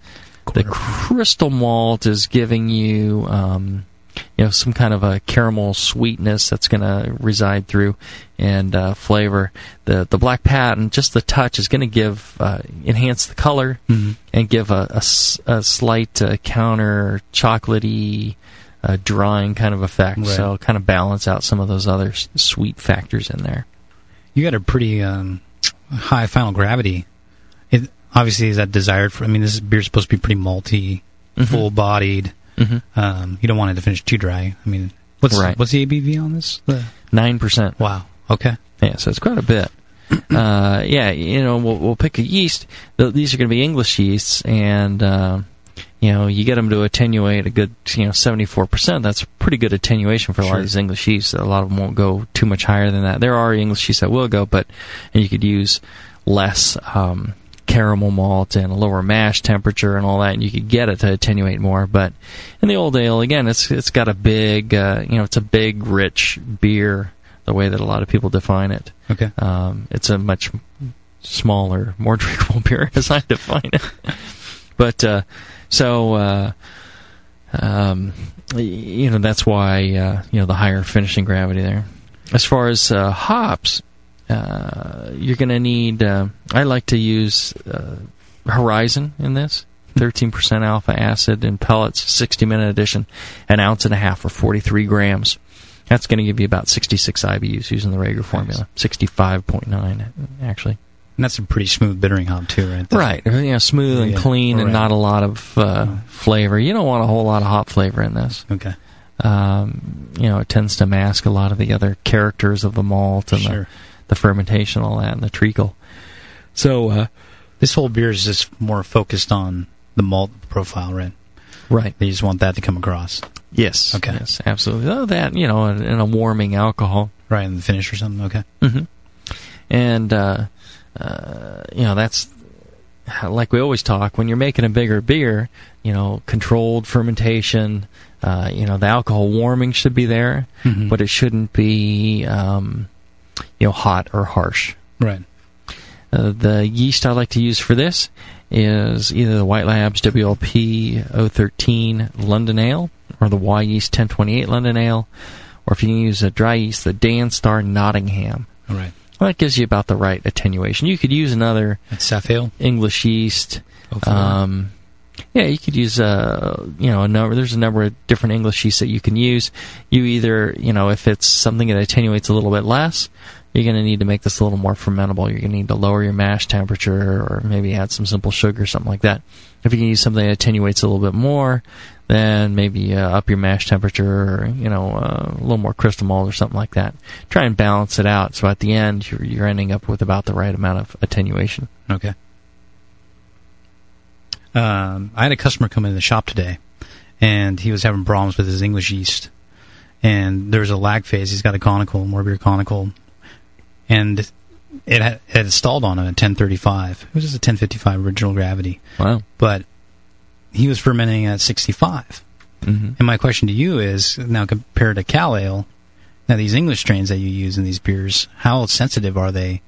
Speaker 2: the
Speaker 4: Quarter
Speaker 2: crystal malt is giving you. Um, you know, some kind of a caramel sweetness that's going to reside through, and uh, flavor. The the black patent, just the touch, is going to give uh, enhance the color
Speaker 4: Mhm.
Speaker 2: and give a, a s- a slight uh, counter chocolatey, uh, drying kind of effect.
Speaker 4: Right.
Speaker 2: So kind of balance out some of those other s- sweet factors in there.
Speaker 4: You got a pretty um, high final gravity. It obviously is that desired for. I mean, this beer's supposed to be pretty malty,
Speaker 2: Mm-hmm.
Speaker 4: full bodied. Um, you don't want it to finish too dry. I mean, what's
Speaker 2: Right.
Speaker 4: what's the ABV on this? The-
Speaker 2: Nine percent.
Speaker 4: wow. Okay.
Speaker 2: Yeah, so it's quite a bit. Uh, yeah, you know, we'll, we'll pick a yeast. Th- These are going to be English yeasts, and uh, you know, you get them to attenuate a good, you know, 74%. That's pretty good attenuation for a lot
Speaker 11: Sure.
Speaker 2: of these English yeasts. A lot of them won't go too much higher than that. There are English yeasts that will go, but and you could use less um, caramel malt and a lower mash temperature and all that, and you could get it to attenuate more. But in the old ale, again, it's it's got a big, uh, you know, it's a big, rich beer, the way that a lot of people define it.
Speaker 4: Okay.
Speaker 2: Um, it's a much smaller, more drinkable beer as I define it. But uh, so uh, um, y- you know that's why uh, you know the higher finishing gravity there. As far as uh, hops, uh, you're going to need. Uh, I like to use uh, Horizon in this. 13% alpha acid in pellets, 60 minute edition, an ounce and a half for 43 grams. That's going to give you about 66 IBUs using the Rager formula, 65.9 actually.
Speaker 4: And that's a pretty smooth bittering hop too, right? there.
Speaker 2: Right. You know, smooth and
Speaker 4: Yeah,
Speaker 2: clean and
Speaker 4: right.
Speaker 2: not a lot of uh, flavor. You don't want a whole lot of hop flavor in this.
Speaker 4: Okay.
Speaker 2: Um, you know, it tends to mask a lot of the other characters of the malt and
Speaker 4: Sure.
Speaker 2: the, the fermentation, all that, and the treacle. So, uh,
Speaker 4: This whole beer is just more focused on the malt profile, right?
Speaker 2: Right.
Speaker 4: They just want that to come across.
Speaker 2: Yes.
Speaker 4: Okay.
Speaker 2: Yes, absolutely. Oh, that, you know, and, and a warming alcohol.
Speaker 4: Right, and the finish or something. Okay.
Speaker 2: hmm And uh, uh, you know that's like we always talk when you're making a bigger beer. You know, controlled fermentation. Uh, you know, the alcohol warming should be there,
Speaker 4: Mhm.
Speaker 2: but it shouldn't be um, you know hot or harsh.
Speaker 4: Right.
Speaker 2: Uh, the yeast I like to use for this is either the White Labs WLP 013 London Ale or the Y Yeast 1028 London Ale, or if you can use a dry yeast, the Dan Star Nottingham.
Speaker 4: All right.
Speaker 2: Well, that gives you about the right attenuation. You could use another
Speaker 4: Safil
Speaker 2: English yeast. Um, yeah, you could use uh, you know a number. There's a number of different English yeasts that you can use. You either you know if it's something that attenuates a little bit less, you're going to need to make this a little more fermentable. You're going to need to lower your mash temperature or maybe add some simple sugar or something like that. If you can use something that attenuates a little bit more, then maybe uh, up your mash temperature or you know uh, a little more crystal malt or something like that. Try and balance it out so at the end you're, you're ending up with about the right amount of attenuation.
Speaker 4: Okay. Um, I had a customer come into the shop today, and he was having problems with his English yeast. And there's a lag phase. He's got a conical, more beer conical, and it had, it had stalled on him at 1035. It was just a 1055 original gravity.
Speaker 2: Wow.
Speaker 4: But he was fermenting at 65.
Speaker 2: Mm-hmm.
Speaker 4: And my question to you is now compared to Cal Ale, now these English strains that you use in these beers, how sensitive are they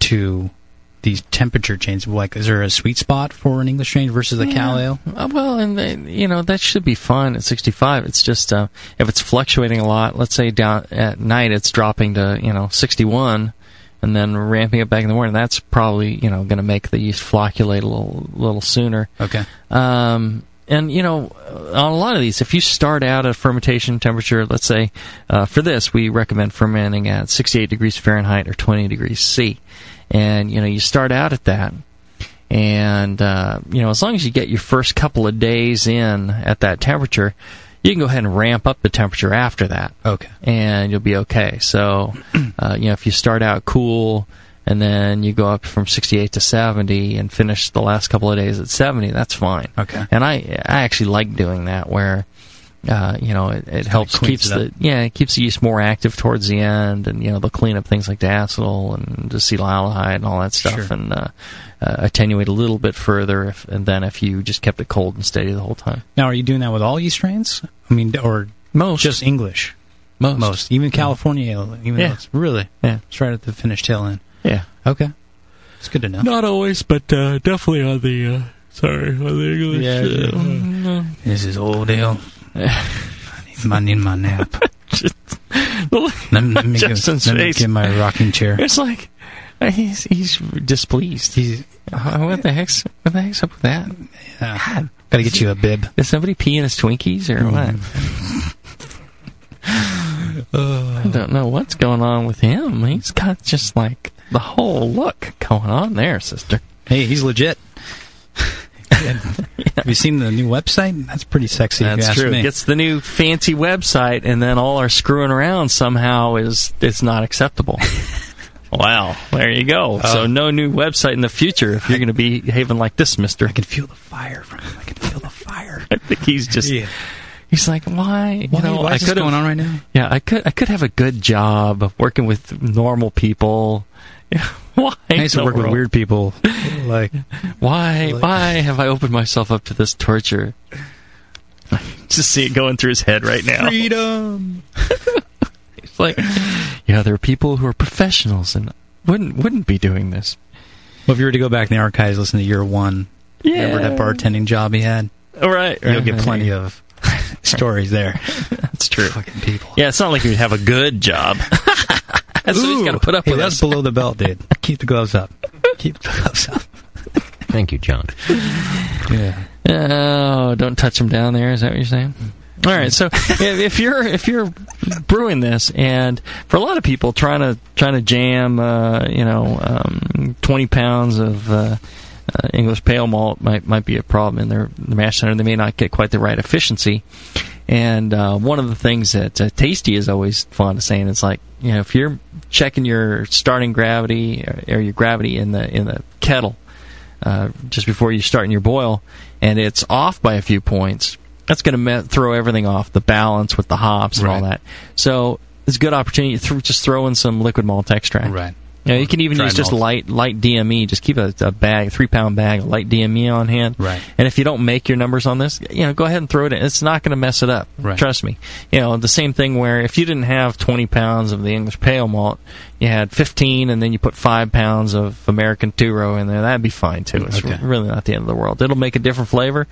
Speaker 4: to these temperature changes? Like, is there a sweet spot for an English strain versus a Cal
Speaker 2: Yeah.
Speaker 4: Ale?
Speaker 2: Uh, well, and they, you know that should be fine at 65. It's just uh, if it's fluctuating a lot. Let's say down at night it's dropping to you know 61, and then ramping it back in the morning. That's probably you know going to make the yeast flocculate a little little sooner.
Speaker 4: Okay.
Speaker 2: Um, and you know, on a lot of these, if you start out at fermentation temperature, let's say uh, for this, we recommend fermenting at 68 degrees Fahrenheit or 20 degrees C, and you know you start out at that, and uh, you know as long as you get your first couple of days in at that temperature, you can go ahead and ramp up the temperature after that.
Speaker 4: Okay.
Speaker 2: And you'll be okay. So, uh, you know, if you start out cool and then you go up from 68 to 70 and finish the last couple of days at 70, that's fine.
Speaker 4: Okay.
Speaker 2: And I I actually like doing that where uh, you know, it, it helps
Speaker 4: cleans
Speaker 2: keeps
Speaker 4: it up.
Speaker 2: the yeah, it keeps the yeast more active towards the end and you know, they'll clean up things like diacetyl and acetaldehyde and all that stuff
Speaker 4: Sure.
Speaker 2: and uh, uh, attenuate a little bit further if, and then if you just kept it cold and steady the whole time.
Speaker 4: Now, are you doing that with all yeast strains? I mean, or
Speaker 2: most
Speaker 4: just English?
Speaker 2: Most.
Speaker 4: most, even California Ale, even though
Speaker 2: Yeah.
Speaker 4: it's really
Speaker 2: Yeah.
Speaker 4: it's right at the finish tail end.
Speaker 2: Yeah.
Speaker 4: Okay, it's good to know.
Speaker 2: Not always, but uh, definitely on the uh, sorry on the English.
Speaker 4: Yeah,
Speaker 2: uh,
Speaker 4: yeah. This is old ale. I need, I need my nap. let me, let me, go,
Speaker 2: Justin's
Speaker 4: let me
Speaker 2: face.
Speaker 4: get my rocking chair.
Speaker 2: It's like uh, he's he's displeased.
Speaker 4: He's
Speaker 2: Uh, what the heck's what the heck's up with that?
Speaker 4: God, gotta get you a bib. Mm.
Speaker 2: Did somebody pee in his Twinkies or what? I don't know what's going on with him. He's got just like the whole look going on there, sister.
Speaker 4: Hey, he's legit. Have you seen the new website? That's pretty sexy. if you
Speaker 2: That's
Speaker 4: ask
Speaker 2: true.
Speaker 4: me.
Speaker 2: Gets the new fancy website, and then all our screwing around somehow is it's not acceptable. wow, there you go.
Speaker 4: Oh.
Speaker 2: so no new website in the future if you're going to be behaving like this, Mister.
Speaker 4: I can feel the fire from him. I can feel the fire.
Speaker 2: think he's just. He's like, why?
Speaker 4: Why- why is this
Speaker 2: could've-
Speaker 4: going on right now?
Speaker 2: Yeah, I could. I could have a good job working with normal people. why?
Speaker 4: I used to
Speaker 2: in the
Speaker 4: work with
Speaker 2: world?
Speaker 4: weird people. Like,
Speaker 2: Why?
Speaker 4: Like-
Speaker 2: Why have I opened myself up to this torture? Just see it going through his head right now.
Speaker 4: freedom.
Speaker 2: It's like, yeah, there are people who are professionals and wouldn't wouldn't be doing this.
Speaker 4: Well, if you were to go back in the archives, listen to year one, remember that bartending job he had?
Speaker 2: All right.
Speaker 4: You'll get plenty of stories there.
Speaker 2: That's true.
Speaker 4: Fucking people.
Speaker 2: Yeah, it's not like you'd have a good job. That's what he's got to put up
Speaker 4: Hey,
Speaker 2: with.
Speaker 4: that's
Speaker 2: Us.
Speaker 4: below the belt, dude. Keep the gloves up. Keep the gloves up.
Speaker 1: Thank you, John.
Speaker 4: Yeah.
Speaker 2: Oh, don't touch him down there. Is that what you're saying? All right. So if, if you're if you're brewing this, and for a lot of people trying to trying to jam, uh, you know, um, 20 pounds of uh, uh, English pale malt might might be a problem in their the mash center. They may not get quite the right efficiency. And uh, one of the things that uh, Tasty is always fond of saying is like, you know, if you're checking your starting gravity or, or your gravity in the in the kettle, uh, just before you start in your boil, and it's off by a few points, that's going to me- throw everything off the balance with the hops and all that. So it's a good opportunity to th- just throw in some liquid malt extract.
Speaker 4: Right.
Speaker 2: You, know, you can even
Speaker 4: Dry
Speaker 2: use just
Speaker 4: malt.
Speaker 2: light light DME. Just keep a, a bag, three pound bag of light DME on hand.
Speaker 4: Right.
Speaker 2: And if you don't make your numbers on this, you know, go ahead and throw it in. It's not going to mess it up.
Speaker 4: Right.
Speaker 2: Trust me. You know, the same thing where if you didn't have 20 pounds of the English pale malt, you had 15 and then you put 5 pounds of American Turo in there, that'd be fine too. It's
Speaker 4: Okay.
Speaker 2: really not the end of the world. It'll make a different flavor,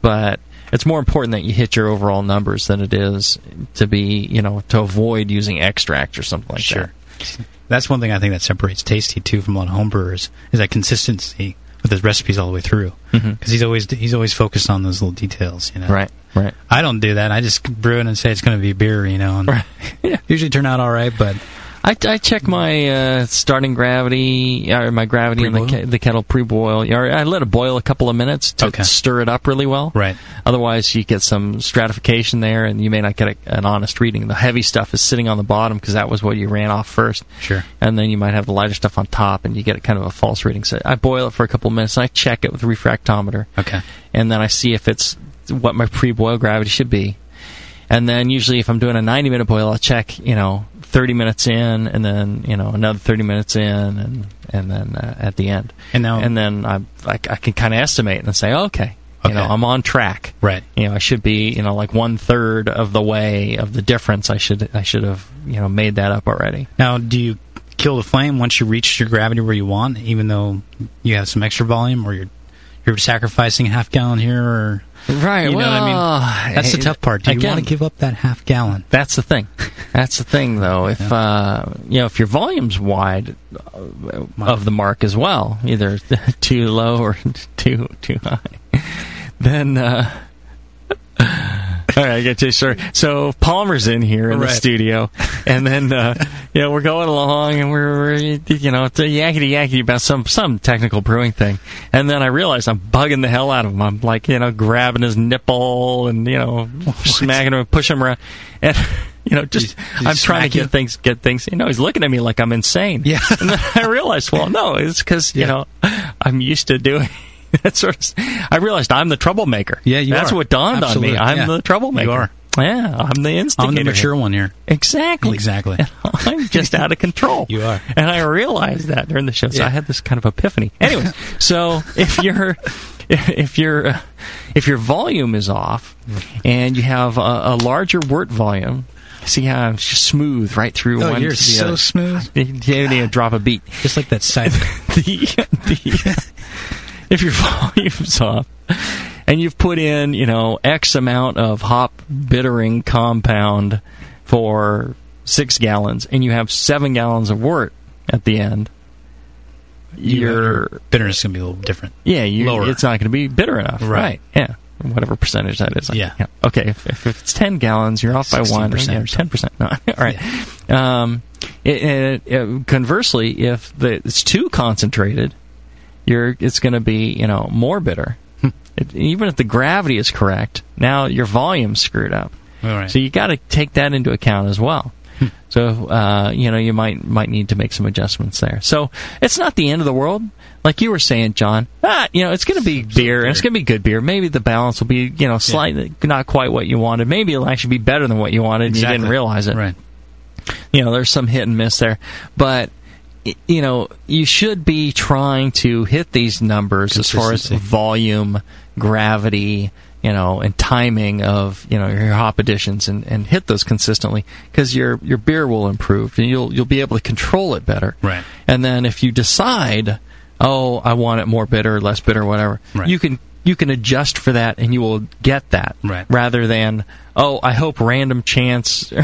Speaker 2: but it's more important that you hit your overall numbers than it is to be, you know, to avoid using extract or something like that.
Speaker 4: Sure. That's one thing I think that separates Tasty too from a lot of homebrewers is that consistency with his recipes all the way through. Because
Speaker 2: Mhm.
Speaker 4: he's always he's always focused on those little details, you know.
Speaker 2: Right, right.
Speaker 4: I don't do that. I just brew it and say it's going to be beer, you know. And
Speaker 2: Right. Yeah.
Speaker 4: Usually turn out all right, but
Speaker 2: I, I check my uh, starting gravity, or my gravity in the,
Speaker 4: Pre-boil?
Speaker 2: ke- the kettle pre-boil. Yeah, I let it boil a couple of minutes to
Speaker 4: Okay.
Speaker 2: stir it up really well.
Speaker 4: Right.
Speaker 2: Otherwise, you get some stratification there, and you may not get a, an honest reading. The heavy stuff is sitting on the bottom because that was what you ran off first.
Speaker 4: Sure.
Speaker 2: And then you might have the lighter stuff on top, and you get kind of a false reading. So I boil it for a couple of minutes, and I check it with a refractometer
Speaker 4: okay.
Speaker 2: and then I see if it's what my pre-boil gravity should be. And then usually, if I'm doing a 90 minute boil, I'll check, you know, 30 minutes in, and then you know another 30 minutes in, and and then uh, at the end.
Speaker 4: And now-
Speaker 2: and then I I, I can kind of estimate and say, okay, you know,
Speaker 4: Okay.
Speaker 2: I'm on track.
Speaker 4: Right.
Speaker 2: You know, I should be, you know, like one third of the way of the difference. I should I should have you know made that up already.
Speaker 4: Now, do you kill the flame once you reach your gravity where you want, even though you have some extra volume, or you're you're sacrificing a half gallon here, or
Speaker 2: Right.
Speaker 4: you know what I mean? That's the tough part. Do you want to give up that half gallon?
Speaker 2: That's the thing. That's the thing, though. If uh, you know, if your volume's wide uh, of the mark as well, either too low or too too high, then. Uh, all right, I get you. Sure. So Palmer's in here in the
Speaker 4: Right.
Speaker 2: studio, and then uh, you know we're going along, and we're, we're you know it's a yakety yakety about some some technical brewing thing, and then I realize I'm bugging the hell out of him. I'm like you know grabbing his nipple and you know smacking him, pushing him around, and you know just
Speaker 4: Did he- did he
Speaker 2: I'm trying to
Speaker 4: smack
Speaker 2: get
Speaker 4: you?
Speaker 2: things get things. You know he's looking at me like I'm insane.
Speaker 4: Yeah.
Speaker 2: and then I realized, well, no, it's because you
Speaker 4: Yeah.
Speaker 2: know I'm used to doing. That sort of, s- I realized I'm the troublemaker.
Speaker 4: Yeah, you
Speaker 2: That's
Speaker 4: are.
Speaker 2: what dawned on me.
Speaker 4: Absolutely.
Speaker 2: I'm
Speaker 4: Yeah.
Speaker 2: the troublemaker.
Speaker 4: You are.
Speaker 2: Yeah, I'm the instigator.
Speaker 4: I'm the mature one here.
Speaker 2: Exactly.
Speaker 4: Exactly.
Speaker 2: And I'm just out of control.
Speaker 4: You are.
Speaker 2: And I realized that during the show, so
Speaker 4: Yeah.
Speaker 2: I had this kind of epiphany. Anyways, so if you're if you're uh, if your volume is off and you have a, a larger wort volume, see how I'm just smooth right through
Speaker 4: Oh,
Speaker 2: one.
Speaker 4: you're
Speaker 2: to the
Speaker 4: so
Speaker 2: other.
Speaker 4: smooth.
Speaker 2: You didn't even drop a beat
Speaker 4: Just like that side.
Speaker 2: the, the if your volume's off and you've put in you know x amount of hop bittering compound for six gallons and you have seven gallons of wort at the end you're
Speaker 4: your bitterness is going to be a little different.
Speaker 2: yeah you,
Speaker 4: lower.
Speaker 2: it's not going to be bitter enough right,
Speaker 4: Right.
Speaker 2: yeah whatever percentage that is
Speaker 4: Yeah.
Speaker 2: okay if, if it's 10 gallons you're off by one
Speaker 4: 16%
Speaker 2: yeah,
Speaker 4: or something.
Speaker 2: 10% no all right um, it, it, it- conversely if the, it's too concentrated you're it's going to be you know more bitter.
Speaker 4: Hmm.
Speaker 2: If- even if the gravity is correct, now your volume's screwed up.
Speaker 4: All right. Hmm.
Speaker 2: So you got to take that into account as well. So uh, you know you might might need to make some adjustments there. So it's not the end of the world, like you were saying, John. Ah, you know it's going to be beer, and it's going to be good beer. Maybe the balance will be you know slightly not quite what you wanted. Maybe it'll actually be better than what you wanted, and you didn't
Speaker 4: Exactly.
Speaker 2: realize it. Right. You know there's some hit and miss there, but y- you know you should be trying to hit these numbers as far as
Speaker 4: Consistency.
Speaker 2: volume, gravity, you know, and timing of you know your hop additions, and, and hit those consistently because your your beer will improve and you'll you'll be able to control it better. Right. And then if you decide, oh, I want it more bitter, less bitter, whatever,
Speaker 4: Right.
Speaker 2: you can you can adjust for that and you will get that.
Speaker 4: Right.
Speaker 2: Rather than oh, I hope random chance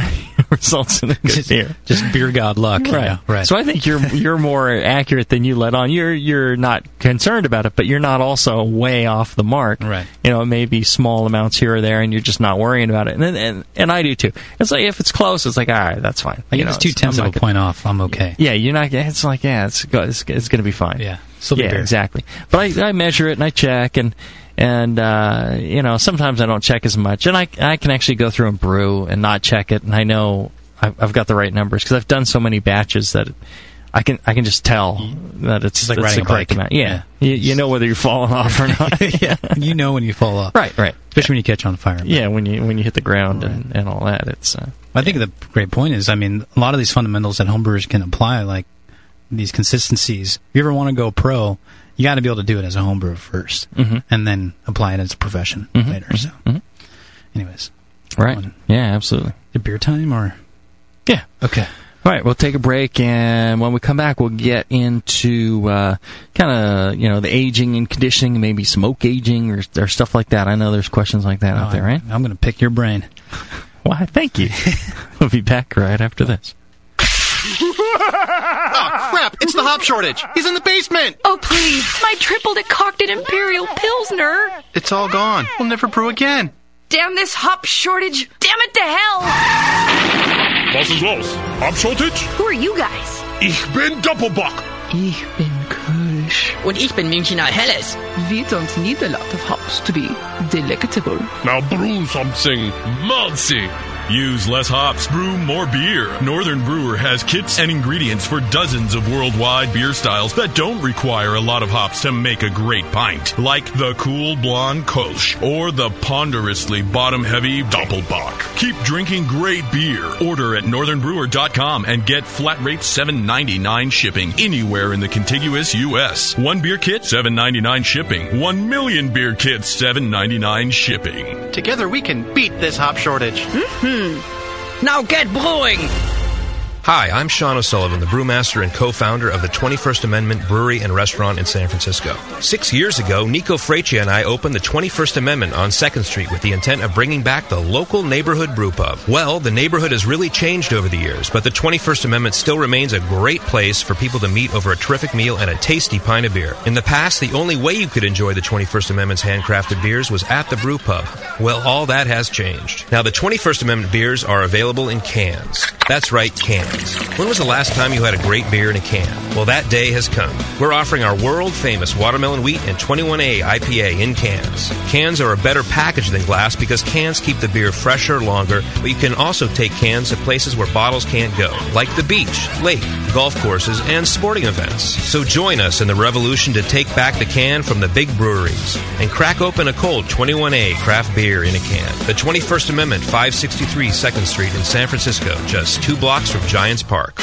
Speaker 2: results in a good beer.
Speaker 4: Just beer god luck. you
Speaker 2: Right.
Speaker 4: know, Right.
Speaker 2: So I think you're you're more accurate than you let on. You're you're not concerned about it, but you're not also way off the mark. Right. You know, it may be small amounts here or there, and you're just not worrying about it. And then, and, and I do too. It's like if it's close, it's like all right, that's fine.
Speaker 4: I
Speaker 2: You
Speaker 4: give
Speaker 2: know,
Speaker 4: it's two
Speaker 2: it's-
Speaker 4: tenths of
Speaker 2: I'm
Speaker 4: a
Speaker 2: not gonna-
Speaker 4: point off. I'm okay.
Speaker 2: Yeah, you're not. It's like yeah, it's go- it's, it's going to be fine. Yeah.
Speaker 4: still be
Speaker 2: yeah,
Speaker 4: beer.
Speaker 2: exactly. But I, I measure it and I check and and uh, you know sometimes I don't check as much and I I can actually go through and brew and not check it and I know I've, I've got the right numbers because I've done so many batches that I can I can just tell that it's,
Speaker 4: Mm-hmm. like
Speaker 2: it's
Speaker 4: riding
Speaker 2: the
Speaker 4: a
Speaker 2: correct
Speaker 4: bike.
Speaker 2: amount. Yeah, You, you know whether you're falling off or not. yeah,
Speaker 4: you know when you fall off.
Speaker 2: Right, right.
Speaker 4: Especially when you catch on fire.
Speaker 2: yeah, when you when you hit the ground and, and all that, it's uh,
Speaker 4: I think the great point is, I mean, a lot of these fundamentals that homebrewers can apply, like these consistencies. If you ever want to go pro, you got to be able to do it as a homebrewer 1st
Speaker 2: Mhm.
Speaker 4: and then apply it as a profession later. So, anyways,
Speaker 2: Mm-hmm. right. Yeah, absolutely.
Speaker 4: is it beer time or
Speaker 2: Yeah.
Speaker 4: Okay.
Speaker 2: All right, we'll take a break, and when we come back, we'll get into uh, kind of you know the aging and conditioning, maybe some oak aging or, or stuff like that. I know there's questions like that out there, right?
Speaker 4: Uh, I'm going to pick your brain.
Speaker 2: Why? Thank you. we'll be back right after this.
Speaker 3: oh, crap. It's the hop shortage. He's in the basement.
Speaker 6: Oh, please. My triple decocted Imperial Pilsner.
Speaker 3: It's all gone. We'll never brew again.
Speaker 6: Damn this hop shortage. Damn it to hell.
Speaker 8: Was ist los? Abschottet?
Speaker 6: Who are you guys?
Speaker 8: Ich bin Doppelbock.
Speaker 5: Ich bin Kölsch. Und ich bin Münchner Helles. We don't need a lot of hops to be delectable.
Speaker 8: Now brew something malty. Use less hops, brew more beer. Northern Brewer has kits and ingredients for dozens of worldwide beer styles that don't require a lot of hops to make a great pint, like the cool blonde Kolsch or the ponderously bottom heavy Doppelbock. Keep drinking great beer. Order at northernbrewer.com and get flat rate 7.99 shipping anywhere in the contiguous US. One beer kit 7.99 shipping. 1 million beer kits 7.99 shipping.
Speaker 3: Together we can beat this hop shortage.
Speaker 5: Hmm. Now get brewing.
Speaker 12: Hi, I'm Sean O'Sullivan, the brewmaster and co-founder of the 21st Amendment Brewery and Restaurant in San Francisco. Six years ago, Nico Freccia and I opened the 21st Amendment on 2nd Street with the intent of bringing back the local neighborhood brew pub. Well, the neighborhood has really changed over the years, but the 21st Amendment still remains a great place for people to meet over a terrific meal and a tasty pint of beer. In the past, the only way you could enjoy the 21st Amendment's handcrafted beers was at the brew pub. Well, all that has changed. Now, the 21st Amendment beers are available in cans. That's right, cans. When was the last time you had a great beer in a can? Well, that day has come. We're offering our world famous watermelon wheat and 21A IPA in cans. Cans are a better package than glass because cans keep the beer fresher longer, but you can also take cans to places where bottles can't go, like the beach, lake, golf courses, and sporting events. So join us in the revolution to take back the can from the big breweries and crack open a cold 21A craft beer in a can. The 21st Amendment, 563 2nd Street in San Francisco, just two blocks from Giants Park.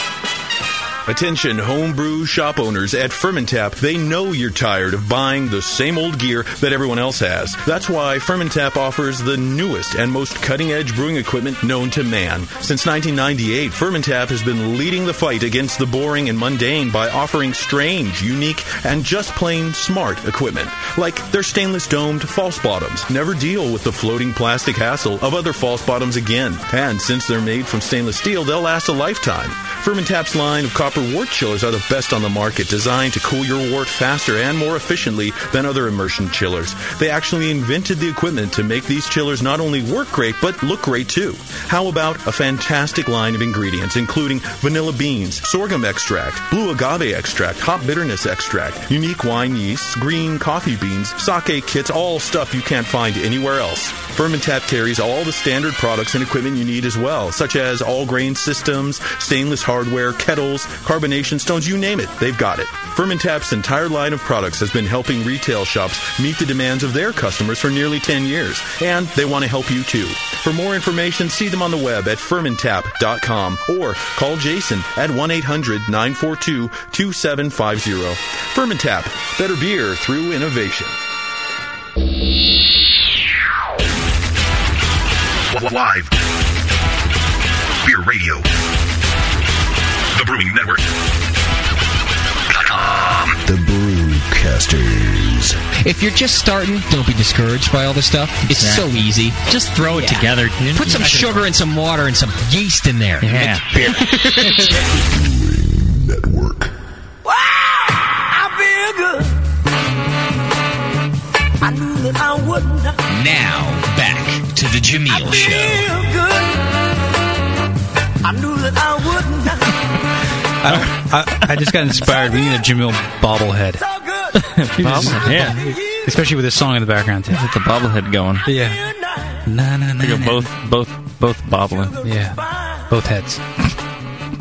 Speaker 13: Attention homebrew shop owners at Fermentap. They know you're tired of buying the same old gear that everyone else has. That's why Fermentap offers the newest and most cutting-edge brewing equipment known to man. Since 1998, Fermentap has been leading the fight against the boring and mundane by offering strange, unique, and just plain smart equipment. Like their stainless domed false bottoms never deal with the floating plastic hassle of other false bottoms again. And since they're made from stainless steel, they'll last a lifetime. Fermentap's line of copper Copper wort chillers are the best on the market, designed to cool your wort faster and more efficiently than other immersion chillers. They actually invented the equipment to make these chillers not only work great, but look great too. How about a fantastic line of ingredients, including vanilla beans, sorghum extract, blue agave extract, hop bitterness extract, unique wine yeasts, green coffee beans, sake kits, all stuff you can't find anywhere else. Fermentap carries all the standard products and equipment you need as well, such as all grain systems, stainless hardware, kettles, carbonation stones, you name it, they've got it. Fermentap's entire line of products has been helping retail shops meet the demands of their customers for nearly 10 years, and they want to help you too. For more information, see them on the web at fermentap.com or call Jason at 1 800 942 2750. Fermentap, better beer through innovation.
Speaker 14: Live. Beer Radio. The Brewing Network.
Speaker 15: The Brewcasters.
Speaker 1: If you're just starting, don't be discouraged by all this stuff. It's so easy. Just throw it together. Put some sugar and some water and some yeast in there. Yeah.
Speaker 14: I feel good. I knew that I would not
Speaker 1: now, back to the Jameel Show.
Speaker 14: feel good. I knew that I would not.
Speaker 4: I, I, I just got inspired. We need a Jamil bobblehead.
Speaker 2: Bobblehead,
Speaker 4: yeah. Especially with this song in the background.
Speaker 2: Get the bobblehead going.
Speaker 4: Yeah. No, no,
Speaker 2: We
Speaker 4: no.
Speaker 2: go both, both, both bobbling.
Speaker 4: Yeah. Both heads.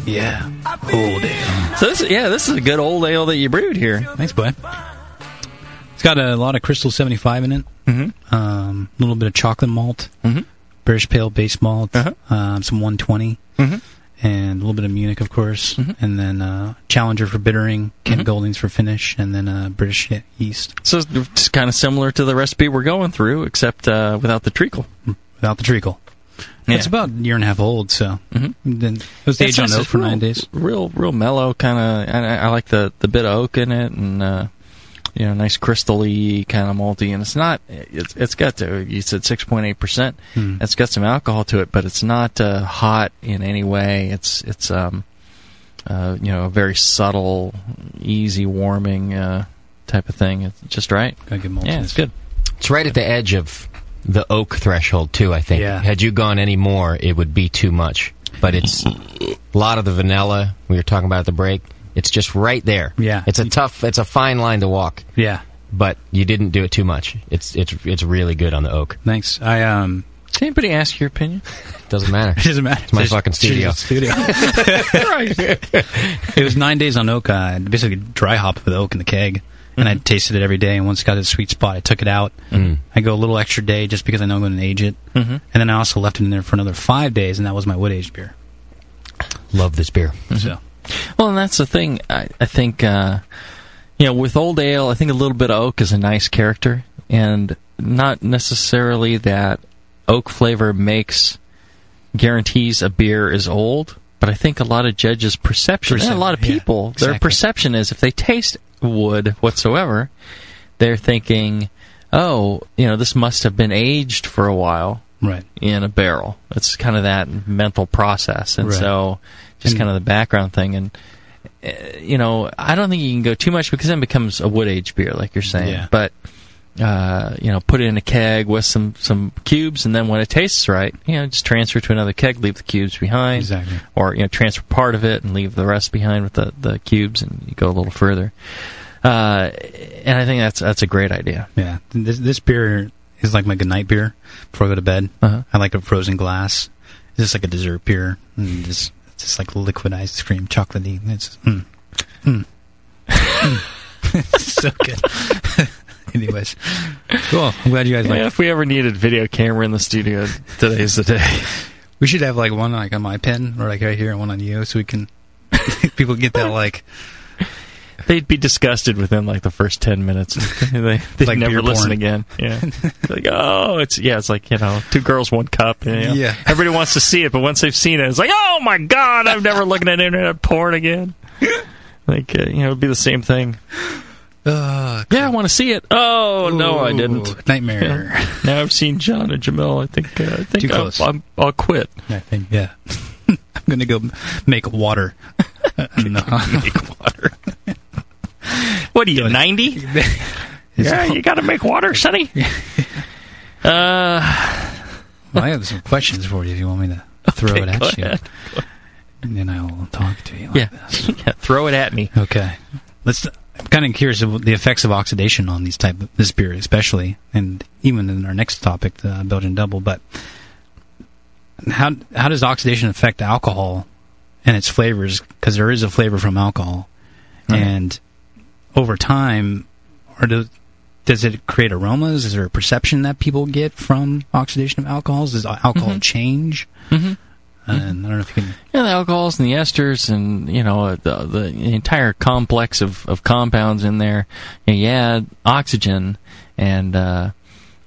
Speaker 4: Yeah. Old ale.
Speaker 2: So this, yeah, this is a good old ale that you brewed here.
Speaker 4: Thanks, bud. It's got a lot of Crystal 75 in it. Mm-hmm. Um, a little bit of chocolate malt. Mm-hmm. British pale base malt.
Speaker 2: Uh-huh.
Speaker 4: Um, some 120.
Speaker 2: Mhm.
Speaker 4: And a little bit of Munich, of course.
Speaker 2: Mm-hmm.
Speaker 4: And then uh, Challenger for bittering. Kent Goldings for finish. And then uh, British yeast.
Speaker 2: So it's kind of similar to the recipe we're going through, except uh, without the treacle.
Speaker 4: Without the treacle. It's about a year and a half old, so then it was the
Speaker 2: It's
Speaker 4: age on
Speaker 2: Mm-hmm. nice.
Speaker 4: oak
Speaker 2: It's
Speaker 4: for nine
Speaker 2: real-
Speaker 4: days.
Speaker 2: Real, real mellow kind of. I, I like the the bit of oak in it, and uh, you know, nice crystally kind of malty. And it's not. It's it's got to. You said six point eight percent.
Speaker 4: Hmm.
Speaker 2: It's got some alcohol to it, but it's not uh, hot in any way. It's it's um, uh, you know, a very subtle, easy warming uh, type of thing. It's just right.
Speaker 4: Gotta get
Speaker 2: Yeah, it's good.
Speaker 1: It's right at the edge of the oak threshold too. I think.
Speaker 2: Yeah.
Speaker 1: Had you gone any more, it would be too much. But it's a lot of the vanilla we were talking about at the break. It's just right there.
Speaker 4: Yeah.
Speaker 1: It's a tough. It's a fine line to walk.
Speaker 4: Yeah.
Speaker 1: But you didn't do it too much. It's it's it's really good on the oak.
Speaker 4: Thanks. I um.
Speaker 2: Did anybody ask your opinion?
Speaker 1: Doesn't matter.
Speaker 4: It doesn't matter.
Speaker 1: It's my fucking studio.
Speaker 4: It's the studio. it was nine days on oak. I basically dry hopped with oak in the keg, and
Speaker 2: Mm-hmm.
Speaker 4: I tasted it every day. And once it got to the sweet spot, I took it out.
Speaker 2: Hmm.
Speaker 1: Mm.
Speaker 4: I go a little extra day just because I know I'm going to age it.
Speaker 2: Mm-hmm.
Speaker 1: Mhm.
Speaker 4: And then I also left it in there for another five days, and that was my wood aged beer.
Speaker 1: Love this beer.
Speaker 2: Mm-hmm.
Speaker 4: So.
Speaker 2: Well, and that's the thing. I, I think, uh, you know, with old ale, I think a little bit of oak is a nice character, and not necessarily that oak flavor makes guarantees a beer is old. But I think a lot of judges' perception, and a lot of
Speaker 4: Perception, yeah,
Speaker 2: people, their
Speaker 4: exactly.
Speaker 2: perception is if they taste wood whatsoever, they're thinking, "Oh, you know, this must have been aged for a while."
Speaker 4: Right.
Speaker 2: in a barrel. It's kind of that mental process, and
Speaker 4: Right.
Speaker 2: so just kind of the background thing. And uh, you know, I don't think you can go too much because then it becomes a wood age beer, like you're saying.
Speaker 4: Yeah.
Speaker 2: But uh, you know, put it in a keg with some some cubes, and then when it tastes right, you know, just transfer to another keg, leave the cubes behind,
Speaker 4: Exactly.
Speaker 2: or you know, transfer part of it and leave the rest behind with the the cubes, and you go a little further. Uh, and I think that's that's a great idea.
Speaker 4: Yeah, this this beer is like my goodnight beer before I go to bed. I like a frozen glass. It's just like a dessert beer. And just it's just like liquid ice cream, chocolatey. It's mm, mm, mm. so good. Anyways, cool. I'm glad you guys like.
Speaker 2: Yeah,
Speaker 4: it.
Speaker 2: if we ever needed video camera in the studio, today's the day.
Speaker 4: We should have like one like on my pen or like right here and one on you, so we can people get that like
Speaker 2: They'd be disgusted within like the first ten minutes. they they'd
Speaker 4: Like
Speaker 2: never
Speaker 4: beer
Speaker 2: listen
Speaker 4: porn.
Speaker 2: again. Yeah, like oh, it's yeah, it's like you know, two girls, one cup. And, you know,
Speaker 4: Yeah.
Speaker 2: everybody wants to see it, but once they've seen it, it's like oh my god, I'm never looking at internet porn again. Like uh, you know, it'd be the same thing.
Speaker 4: uh,
Speaker 2: Yeah, I want to see it. Oh no, I
Speaker 4: Ooh,
Speaker 2: didn't.
Speaker 4: nightmare.
Speaker 2: Yeah. Now I've seen John and Jamil. I think uh, I think
Speaker 4: Too
Speaker 2: I'm,
Speaker 4: close.
Speaker 2: I'm, I'll quit.
Speaker 4: I think yeah. I'm going to go make water. I don't know. make water.
Speaker 2: what are you, 90? yeah, you got to make water, Sonny. Uh,
Speaker 4: well, I have some questions for you if you want me to throw
Speaker 2: Okay,
Speaker 4: it at
Speaker 2: go
Speaker 4: you.
Speaker 2: ahead.
Speaker 4: And then I will talk to you.
Speaker 2: yeah. yeah, throw it at me.
Speaker 4: Okay. Let's. I'm kind of curious about the effects of oxidation on these type of this beer, especially, and even in our next topic, the Belgian Double. But how how does oxidation affect alcohol and its flavors? Because there is a flavor from alcohol, and over time, or do, does it create aromas? Is there a perception that people get from oxidation of alcohols? Does alcohol
Speaker 2: Mm-hmm.
Speaker 4: change?
Speaker 2: Mhm.
Speaker 4: And I don't know if you can.
Speaker 2: Yeah, the alcohols and the esters, and you know uh, the the entire complex of, of compounds in there. You, know, you add oxygen, and uh,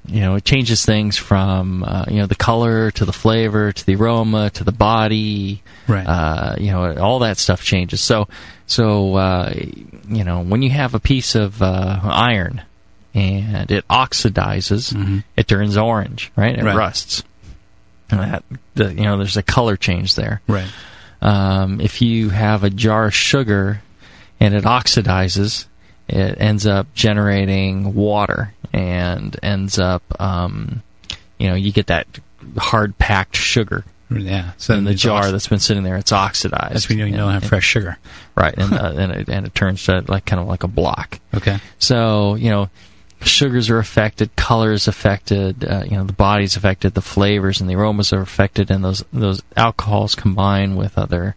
Speaker 2: you know it changes things from uh, you know the color to the flavor to the aroma to the body.
Speaker 4: Right.
Speaker 2: Uh, you know all that stuff changes. So so uh, you know when you have a piece of uh, iron and it oxidizes, it turns orange, right? It
Speaker 4: Right.
Speaker 2: rusts. And that the, you know there's a color change there
Speaker 4: Right.
Speaker 2: um, if you have a jar of sugar and it oxidizes it ends up generating water and ends up um, you know you get that hard packed sugar
Speaker 4: Yeah.
Speaker 2: so in the
Speaker 4: it's
Speaker 2: jar
Speaker 4: ox-
Speaker 2: that's been sitting there it's oxidized
Speaker 4: That's when you don't have fresh sugar.
Speaker 2: right and uh, and, it, and it turns to like kind of like a block
Speaker 4: Okay.
Speaker 2: so you know, sugars are affected, colors affected, uh, you know, the body's affected, the flavors and the aromas are affected, and those those alcohols combine with other,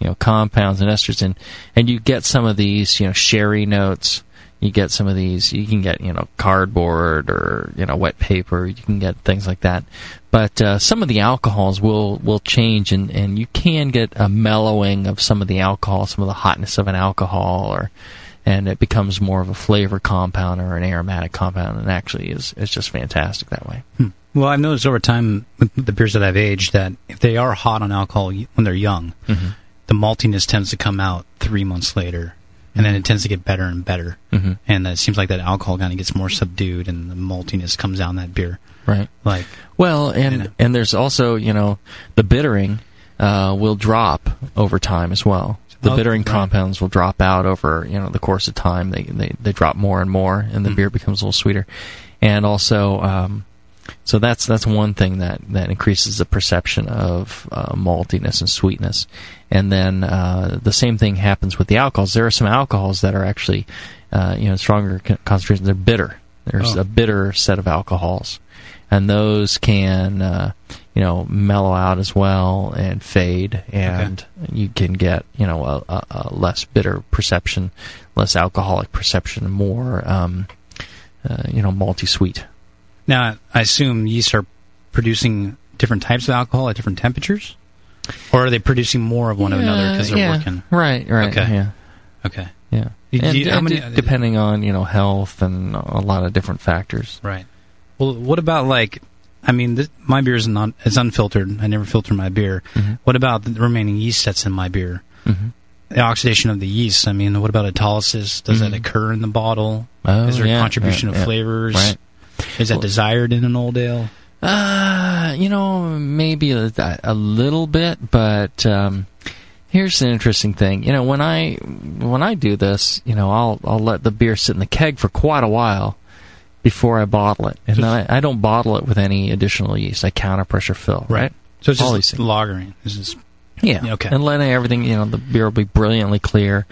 Speaker 2: you know, compounds and esters, and and you get some of these, you know, sherry notes. You get some of these. You can get you know cardboard or you know wet paper. You can get things like that, but uh, some of the alcohols will will change, and and you can get a mellowing of some of the alcohol, some of the hotness of an alcohol, or and it becomes more of a flavor compound or an aromatic compound, and actually is is just fantastic that way.
Speaker 4: Well, I've noticed over time with the beers that I've aged that if they are hot on alcohol y- when they're young,
Speaker 2: Mhm.
Speaker 4: the maltiness tends to come out three months later, and then it tends to get better and better.
Speaker 2: Mhm.
Speaker 4: And it seems like that alcohol kind of gets more subdued, and the maltiness comes out in that beer.
Speaker 2: Right.
Speaker 4: Like
Speaker 2: Well, and and there's also you know the bittering uh, will drop over time as well. The
Speaker 4: Oh,
Speaker 2: bittering
Speaker 4: right.
Speaker 2: compounds will drop out over you know the course of time. They they, they drop more and more, and the
Speaker 4: Hmm.
Speaker 2: beer becomes a little sweeter. And also, um, so that's that's one thing that that increases the perception of uh, maltiness and sweetness. And then uh, the same thing happens with the alcohols. There are some alcohols that are actually uh, you know stronger con- concentrations. They're bitter. There's
Speaker 4: Oh.
Speaker 2: a bitter set of alcohols, and those can uh, you know mellow out as well and fade, and you can get you know a, a, a less bitter perception, less alcoholic perception, more um, uh, you know malty sweet.
Speaker 4: now, I assume yeasts are producing different types of alcohol at different temperatures, or are they producing more of one of another because they're
Speaker 2: Yeah,
Speaker 4: working?
Speaker 2: right, right,
Speaker 4: Okay.
Speaker 2: yeah,
Speaker 4: Okay.
Speaker 2: yeah.
Speaker 4: Do- do
Speaker 2: And-
Speaker 4: you- how
Speaker 2: and
Speaker 4: many-
Speaker 2: de- depending on you know health and a lot of different factors.
Speaker 4: Right. Well, what about like? I mean, this, my beer is not is unfiltered. I never filter my beer.
Speaker 2: Mm-hmm.
Speaker 4: What about the remaining yeast that's in my beer?
Speaker 2: Mhm.
Speaker 4: The oxidation of the yeast. I mean, what about autolysis? Does that occur in the bottle?
Speaker 2: Mm-hmm. Oh,
Speaker 4: is there
Speaker 2: yeah,
Speaker 4: a contribution
Speaker 2: yeah,
Speaker 4: of
Speaker 2: yeah.
Speaker 4: flavors?
Speaker 2: Right.
Speaker 4: Is that desired in an old ale?
Speaker 2: Uh, you know, maybe a, a little bit, but um, here's an interesting thing. You know, when I when I do this, you know, I'll I'll let the beer sit in the keg for quite a while before I bottle it, and then I, I don't bottle it with any additional yeast. I counter pressure fill, right?
Speaker 4: So it's
Speaker 2: All
Speaker 4: just
Speaker 2: these things.
Speaker 4: lagering. It's just
Speaker 2: Yeah.
Speaker 4: Okay.
Speaker 2: And letting everything, you know, the beer will be brilliantly clear,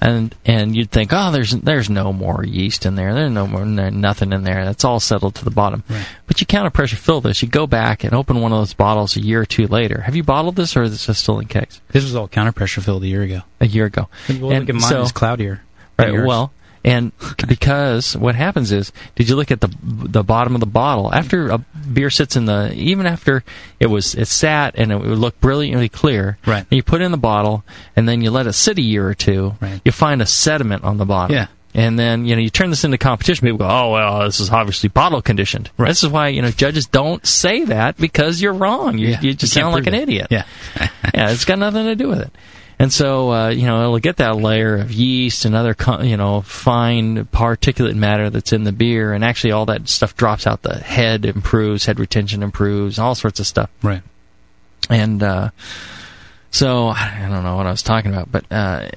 Speaker 2: and and you'd think, oh, there's there's no more yeast in there. There's no more no, nothing in there. That's all settled to the bottom. But you counter pressure fill this. You go back and open one of those bottles a year or two later. Have you bottled this, or is this still in kegs?
Speaker 4: This was all counter pressure filled a year ago.
Speaker 2: A year ago.
Speaker 4: Well, look at mine. it's cloudier. than
Speaker 2: Right.
Speaker 4: yours.
Speaker 2: Well, and because what happens is, did you look at the the bottom of the bottle after a beer sits in the even after it was it sat and it would look brilliantly clear.
Speaker 4: Right.
Speaker 2: And you put it in the bottle and then you let it sit a year or two. Right. You find a sediment on the bottom.
Speaker 4: Yeah.
Speaker 2: And then you know you turn this into competition. People go, oh well, this is obviously bottle conditioned. Right. This is why you know judges don't say that because you're wrong. You,
Speaker 4: Yeah.
Speaker 2: you just
Speaker 4: You can't
Speaker 2: sound like an
Speaker 4: prove it.
Speaker 2: idiot
Speaker 4: Yeah.
Speaker 2: yeah, it's got nothing to do with it. And so, uh, you know, it'll get that layer of yeast and other, co- you know, fine particulate matter that's in the beer, and actually all that stuff drops out. The head improves, head retention improves, all sorts of stuff.
Speaker 4: Right.
Speaker 2: And uh, So I don't know what I was talking about, but uh,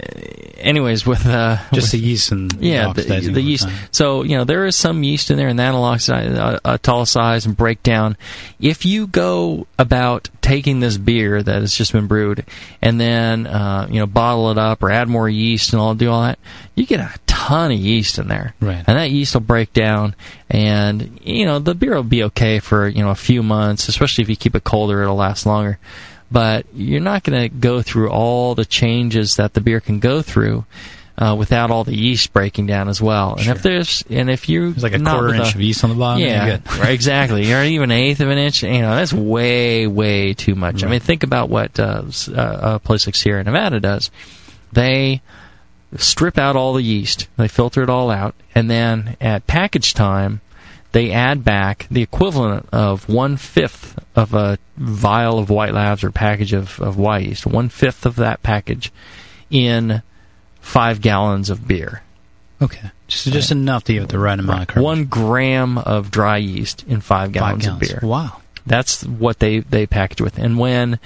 Speaker 2: anyways, with uh,
Speaker 4: Just the
Speaker 2: with-
Speaker 4: yeast and
Speaker 2: yeah, the,
Speaker 4: oxidizing
Speaker 2: the
Speaker 4: over
Speaker 2: yeast.
Speaker 4: time.
Speaker 2: So you know there is some yeast in there, and that'll oxidize, uh, autolysize, and break down. If you go about taking this beer that has just been brewed, and then uh, you know bottle it up or add more yeast and all do all that, you get a ton of yeast in there, right? And that yeast will break down, and you know the beer will be okay for you know a few months, especially if you keep it colder, it'll last longer but you're not going to go through all the changes that the beer can go through uh, without all the yeast breaking down as well. And if there's and if you there's
Speaker 4: like a quarter inch of yeast on the bottom, you're
Speaker 2: yeah,
Speaker 4: good.
Speaker 2: right, exactly. Or even an eighth of an inch. You know, that's way way too much. I mean, think about what uh, s- uh, a place like Sierra Nevada does. They strip out all the yeast, they filter it all out, and then at package time, they add back the equivalent of one fifth of a vial of white labs or package of, of white yeast, one fifth of that package in five gallons of beer.
Speaker 4: Okay. Just, just enough to give it the right amount of carbon.
Speaker 2: One gram of dry yeast in five gallons,
Speaker 4: gallons.
Speaker 2: of beer. Wow. That's what they, they package with. And when,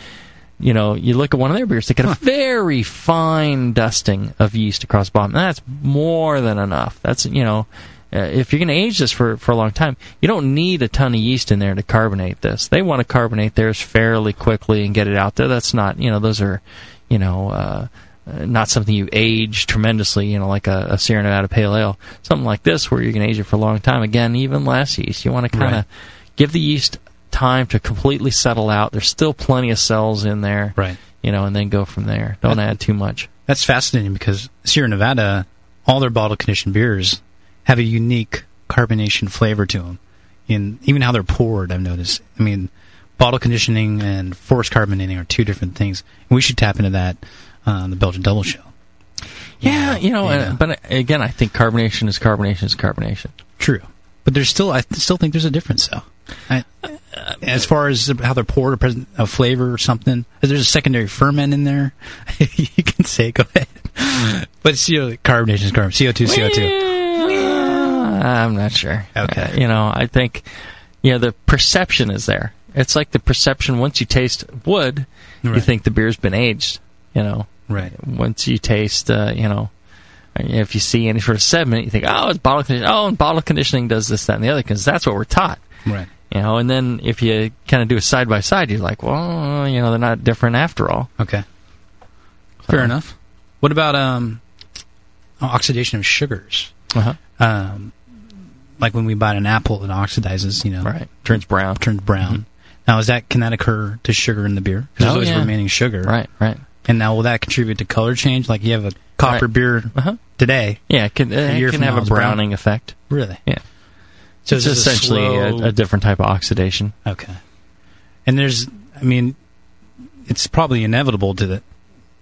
Speaker 2: you know, you look at one of their beers, they get a very fine dusting of yeast across the bottom. That's more than enough. That's, you know, uh, if you're going to age this for, for a long time, you don't need a ton of yeast in there to carbonate this. They want to carbonate theirs fairly quickly and get it out there. That's not, you know, those are, you know, uh, uh, not something you age tremendously, you know, like a, a Sierra Nevada Pale Ale. Something like this, where you're going to age it for a long time. Again, even less yeast. You want to kind of
Speaker 4: Right.
Speaker 2: give the yeast time to completely settle out. There's still plenty of cells in there, right? You know, and then go from there. Don't add too much.
Speaker 4: That's fascinating because Sierra Nevada, all their bottle conditioned beers have a unique carbonation flavor to them. In even how they're poured, I've noticed. I mean, bottle conditioning and forced carbonating are two different things. And we should tap into that uh, on the Belgian Double Show.
Speaker 2: Yeah, you know. Oh, And, but uh, again, I think carbonation is carbonation is carbonation.
Speaker 4: True, but there's still I still think there's a difference though. I, as far as how they're poured, a, present, a flavor or something, if there's a secondary ferment in there. you can say go ahead, but it's, you know, carbonation is carbon, CO two, CO two.
Speaker 2: Ah, I'm not sure. Okay. you know, I think you know the perception is there. It's like the perception once you taste wood, you
Speaker 4: Right.
Speaker 2: think the beer's been aged. You know,
Speaker 4: Right.
Speaker 2: Once you taste, uh, you know, if you see any sort of sediment, you think, oh, it's bottle conditioning. Oh, and bottle conditioning does this, that, and the other because that's what we're taught.
Speaker 4: Right.
Speaker 2: You know, and then if you kind of do a side by side, you're like, well, you know, they're not different after all.
Speaker 4: Okay.
Speaker 2: Uh-huh.
Speaker 4: Fair enough. What about um, oxidation of sugars?
Speaker 2: Uh-huh.
Speaker 4: Um, like when we buy an apple, it oxidizes. You know,
Speaker 2: right? Turns brown.
Speaker 4: Turns brown. Now, is that can that occur to sugar in the beer? Because
Speaker 2: Oh,
Speaker 4: there's always
Speaker 2: yeah.
Speaker 4: remaining sugar.
Speaker 2: Right. Right.
Speaker 4: And now, will that contribute to color change? Like you have a copper beer today.
Speaker 2: Uh-huh. Yeah, it can,
Speaker 4: a
Speaker 2: it
Speaker 4: year
Speaker 2: can
Speaker 4: from
Speaker 2: have
Speaker 4: now
Speaker 2: a
Speaker 4: it's brown.
Speaker 2: browning effect.
Speaker 4: Really?
Speaker 2: Yeah.
Speaker 4: So
Speaker 2: it's
Speaker 4: this is a
Speaker 2: essentially a,
Speaker 4: slow-
Speaker 2: a different type of oxidation.
Speaker 4: Okay. And there's, I mean, it's probably inevitable to the,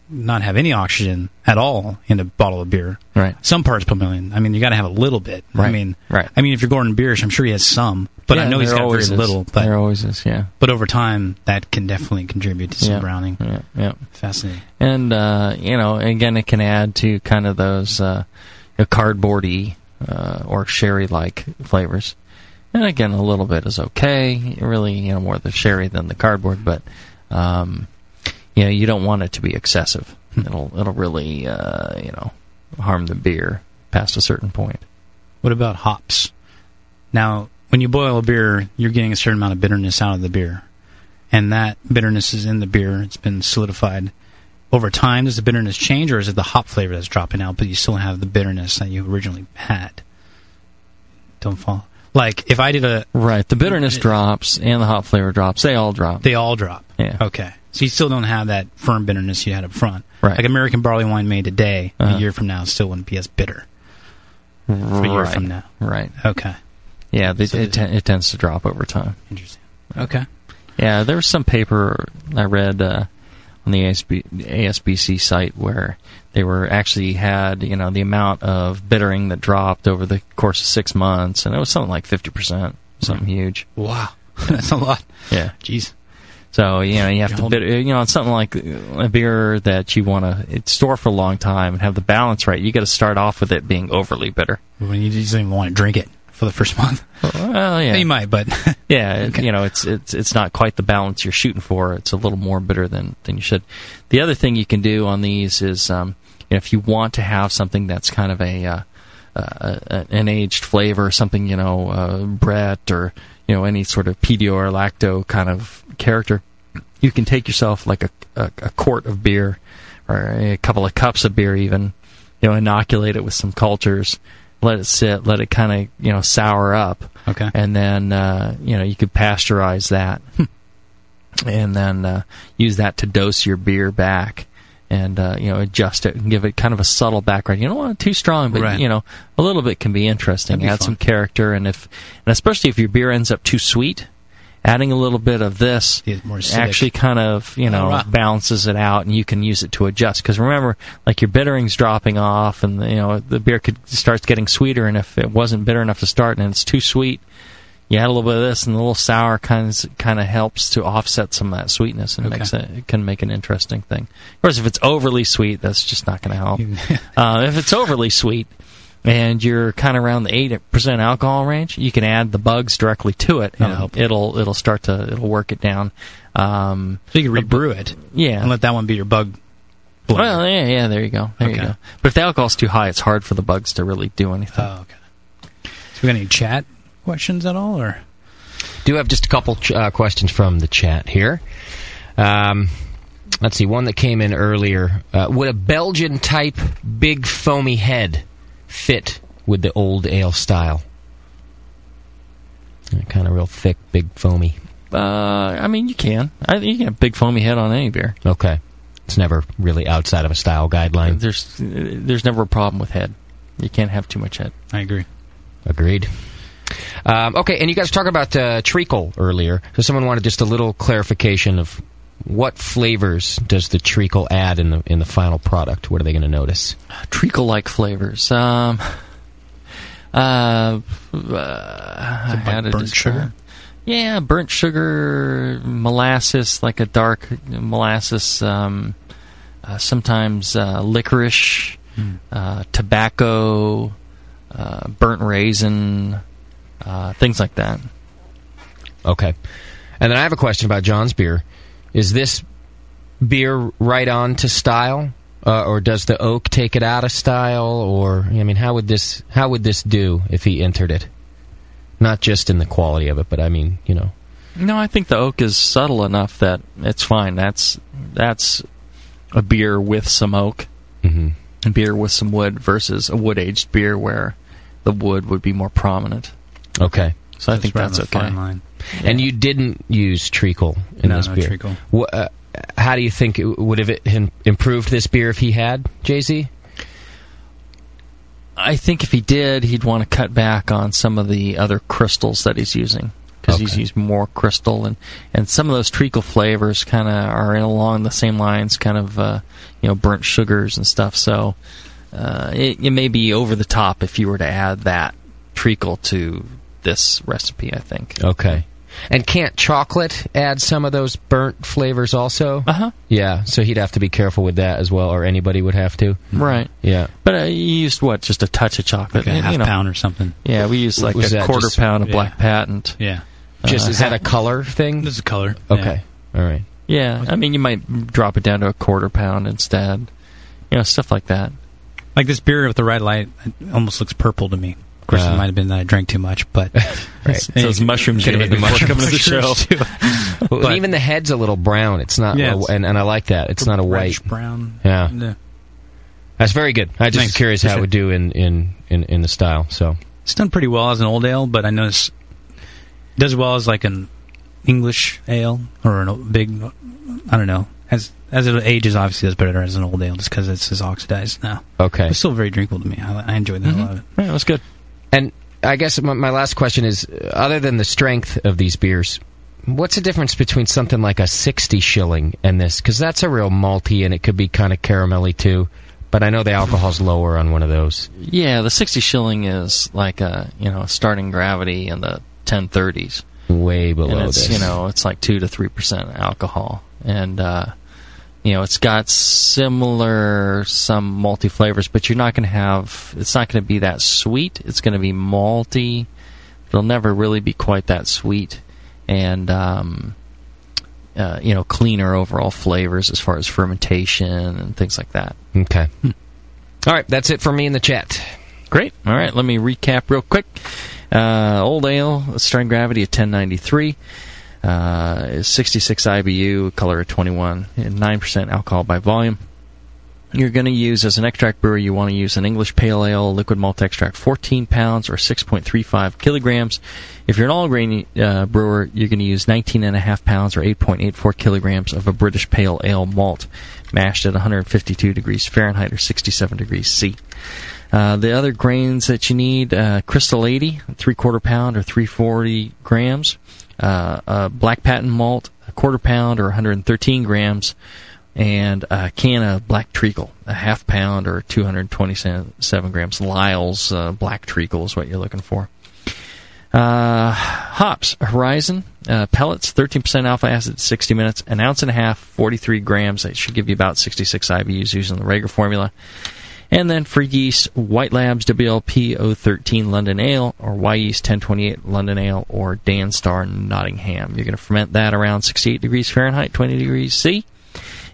Speaker 4: not have any oxygen at all in a bottle of beer.
Speaker 2: Right.
Speaker 4: Some parts per million. I mean, you got to have a little bit. I
Speaker 2: Right.
Speaker 4: mean,
Speaker 2: Right.
Speaker 4: I mean, if you're Gordon Biersch, I'm sure he has some, but I
Speaker 2: Yeah,
Speaker 4: know he's
Speaker 2: there
Speaker 4: got very
Speaker 2: always is.
Speaker 4: little. But
Speaker 2: there always is, yeah.
Speaker 4: but over time, that can definitely contribute to some
Speaker 2: Yeah.
Speaker 4: browning.
Speaker 2: Yeah. Yeah.
Speaker 4: Fascinating.
Speaker 2: And uh, you know, again, it can add to kind of those uh, you know, cardboardy uh, or sherry-like flavors. And again, a little bit is okay. Really, you know, more the sherry than the cardboard, but um, you know, you don't want it to be excessive.
Speaker 4: Hmm.
Speaker 2: It'll it'll really uh, you know harm the beer past a certain point.
Speaker 4: What about hops? Now, when you boil a beer, you're getting a certain amount of bitterness out of the beer. And that bitterness is in the beer. It's been solidified. Over time, does the bitterness change, or is it the hop flavor that's dropping out, but you still have the bitterness that you originally had? Don't fall. Like, if I did a. Uh,
Speaker 2: Right. The bitterness drops and the hop flavor drops. They all drop.
Speaker 4: They all drop.
Speaker 2: Yeah.
Speaker 4: Okay. So you still don't have that firm bitterness you had up front.
Speaker 2: Right.
Speaker 4: Like American barley wine made today,
Speaker 2: Uh-huh.
Speaker 4: a year from now, it still wouldn't be as bitter. a year
Speaker 2: right.
Speaker 4: from now.
Speaker 2: Right.
Speaker 4: Okay.
Speaker 2: Yeah, they, it, ten- it tends to drop over time.
Speaker 4: Interesting. Okay.
Speaker 2: Yeah, there was some paper I read uh, on the ASB, ASBC site where they were actually had you know the amount of bittering that dropped over the course of six months, and it was something like fifty percent, something huge.
Speaker 4: Wow. that's a lot.
Speaker 2: Yeah.
Speaker 4: Jeez.
Speaker 2: So you know you have to
Speaker 4: Hold-
Speaker 2: bitter, you know on something like a beer that you want to store for a long time and have the balance right. You got to start off with it being overly bitter.
Speaker 4: When you just don't even want to drink it. for the first month.
Speaker 2: Well, yeah,
Speaker 4: You might, but
Speaker 2: yeah, it- you know, it's it's it's not quite the balance you're shooting for. It's a little more bitter than than you should. The other thing you can do on these is, um, you know, if you want to have something that's kind of a uh, uh, a- an aged flavor, something you know, uh, Brett or you know, any sort of PDO or lacto kind of character, you can take yourself like a, a, a quart of beer or a couple of cups of beer, even you know, inoculate it with some cultures, let it sit, let it kind of you know sour up,
Speaker 4: okay, Hmm.
Speaker 2: and then uh, you know you could pasteurize that, and then uh, use that to dose your beer back. And uh, you know, adjust it and give it kind of a subtle background. You don't want it too strong, but
Speaker 4: Right.
Speaker 2: you know, a little bit can be interesting.
Speaker 4: That'd be
Speaker 2: Add
Speaker 4: fun.
Speaker 2: some character, and if, and especially if your beer ends up too sweet, adding a little bit of this
Speaker 4: more acidic.
Speaker 2: actually kind of you know
Speaker 4: Ah, right.
Speaker 2: balances it out, and you can use it to adjust. Because remember, like your bittering's dropping off, and you know the beer could starts getting sweeter. And if it wasn't bitter enough to start, and it's too sweet, you add a little bit of this, and a little sour kind of, kind of helps to offset some of that sweetness, and
Speaker 4: Okay.
Speaker 2: makes it, it uh, can make an interesting thing. Of course, if it's overly sweet, that's just not going to help. uh, if it's overly sweet. And you're kind of around the eight percent alcohol range. You can add the bugs directly to it.
Speaker 4: That'll
Speaker 2: and
Speaker 4: help.
Speaker 2: It'll it'll start to it'll work it down. Um,
Speaker 4: so you can rebrew it.
Speaker 2: Yeah.
Speaker 4: and let that one be your bug.
Speaker 2: Well, yeah, yeah. There you go. There you
Speaker 4: Okay.
Speaker 2: go. But if the alcohol's too high, it's hard for the bugs to really do anything.
Speaker 4: Oh, okay. So we got any chat questions at all, or
Speaker 1: Do have just a couple ch- uh, questions from the chat here. Um, let's see, one that came in earlier. Uh, would a Belgian type big foamy head fit with the old ale style? Kind of real thick, big foamy.
Speaker 2: Uh, I mean, you can. I, you can have big foamy head on any beer.
Speaker 1: Okay, it's never really outside of a style guideline.
Speaker 2: There's there's never a problem with head. You can't have too much head.
Speaker 4: I agree.
Speaker 1: Agreed. Um, okay, and you guys were talking about uh, treacle earlier, so someone wanted just a little clarification of what flavors does the treacle add in the in the final product? What are they going to notice?
Speaker 2: Treacle like flavors. Um, uh, uh, how to
Speaker 1: burnt
Speaker 2: describe-
Speaker 1: sugar?
Speaker 2: Yeah, burnt sugar, molasses, like a dark molasses. Um, uh, sometimes uh, licorice, uh, tobacco, uh, burnt raisin, uh, things like that.
Speaker 1: Okay, and then I have a question about John's beer. Is this beer right on to style, uh, or does the oak take it out of style? Or I mean, how would this how would this do if he entered it? Not just in the quality of it, but I mean, you know.
Speaker 2: No, I think the oak is subtle enough that it's fine. That's that's a beer with some oak,
Speaker 1: mm-hmm.
Speaker 2: a beer with some wood versus a wood aged beer where the wood would be more prominent.
Speaker 1: Okay.
Speaker 2: so I think that's okay.
Speaker 1: And you didn't use treacle in
Speaker 2: No,
Speaker 1: this
Speaker 2: no
Speaker 1: beer.
Speaker 2: treacle.
Speaker 1: Wha- uh, how do you think it would have it him- improved this beer if he had Jay Z?
Speaker 2: I think if he did, he'd want to cut back on some of the other crystals that he's using because he's used more crystal and and some of those treacle flavors kind of are in along the same lines, kind of uh, you know burnt sugars and stuff. So uh, it, it may be over the top if you were to add that treacle to this recipe. I think.
Speaker 1: Okay. And can't chocolate add some of those burnt flavors also? Uh
Speaker 4: Uh-huh.
Speaker 2: huh.
Speaker 1: Yeah, so he'd have to be careful with that as well, or anybody would have to.
Speaker 2: Right.
Speaker 1: Yeah.
Speaker 2: But uh, you used what? Just a touch of chocolate,
Speaker 1: Like a
Speaker 2: you
Speaker 1: half
Speaker 2: know.
Speaker 1: pound
Speaker 4: or something.
Speaker 2: Yeah, we used like
Speaker 1: Was
Speaker 2: a
Speaker 1: that
Speaker 2: quarter
Speaker 1: just-
Speaker 2: pound of
Speaker 1: yeah.
Speaker 2: black patent. Uh,
Speaker 4: Yeah. Uh,
Speaker 1: Just is that a color thing?
Speaker 4: This is a color.
Speaker 1: Okay. All right.
Speaker 2: Yeah, I mean, you might drop it down to a quarter pound instead. You know, stuff like that.
Speaker 4: Like this beer with the red light it almost looks purple to me. Of course,
Speaker 2: Uh,
Speaker 4: it might have been that I drank too much, but
Speaker 2: It's those mushrooms you
Speaker 4: Could've
Speaker 2: ate
Speaker 4: been
Speaker 2: before coming to the
Speaker 4: mushrooms,
Speaker 2: show.
Speaker 4: too.
Speaker 1: Well,
Speaker 4: But-
Speaker 1: even the head's a little brown. It's not,
Speaker 4: Yeah,
Speaker 1: a-
Speaker 4: it's-
Speaker 1: and, and I like that. It's not a white
Speaker 4: Reddish brown.
Speaker 1: Yeah.
Speaker 4: Yeah.
Speaker 1: That's very good. I just
Speaker 4: Thanks.
Speaker 1: was curious how it
Speaker 4: Appreciate
Speaker 1: would do in in in, in the style. So
Speaker 4: It's done pretty well as an old ale, but I notice it does well as like an English ale or an o- big. I don't know. As as it ages, obviously, it's better as an old ale just because it's as oxidized now.
Speaker 1: Okay.
Speaker 4: it's still very drinkable to me. I, I enjoy that a lot.
Speaker 2: Yeah, that's good.
Speaker 1: And I guess my, my last question is: uh, other than the strength of these beers, what's the difference between something like a sixty shilling and this? Because that's a real malty, and it could be kind of caramelly too. But I know the alcohol's lower on one of those.
Speaker 2: Yeah, the sixty shilling is like a you know starting gravity in the ten thirties.
Speaker 1: Way below
Speaker 2: and it's,
Speaker 1: this.
Speaker 2: You know, it's like two to three percent alcohol, and uh, you know, it's got similar some multi flavors, but you're not going to have. It's not going to be that sweet. It's going to be malty. It'll never really be quite that sweet, and um, uh, you know, cleaner overall flavors as far as fermentation and things like that.
Speaker 1: Okay. All right, that's it for me in the chat.
Speaker 2: Great. All right, let me recap real quick. Uh, old ale, strain gravity at 1093, uh, is 66 IBU, color at 21, and 9% alcohol by volume. You're going to use, as an extract brewer, you want to use an English pale ale, liquid malt extract, 14 pounds or 6.35 kilograms. If you're an all grain uh, brewer, you're going to use 19.5 pounds or 8.84 kilograms of a British pale ale malt, mashed at 152 degrees Fahrenheit or 67 degrees C. Uh, the other grains that you need: uh, Crystal 80, three quarter pound or 340 grams; uh, uh, black patent malt, a quarter pound or 113 grams; and a can of black treacle, a half pound or 227 grams. Lyle's uh, black treacle is what you're looking for. Uh, hops, Horizon, uh, pellets, 13% alpha acid, 60 minutes, an ounce and a half, 43 grams. That should give you about 66 IBUs using the Rager formula. And then for yeast, White Labs WLP 013 London Ale or Y Yeast 1028 London Ale or Dan Star Nottingham. You're going to ferment that around 68 degrees Fahrenheit, 20 degrees C.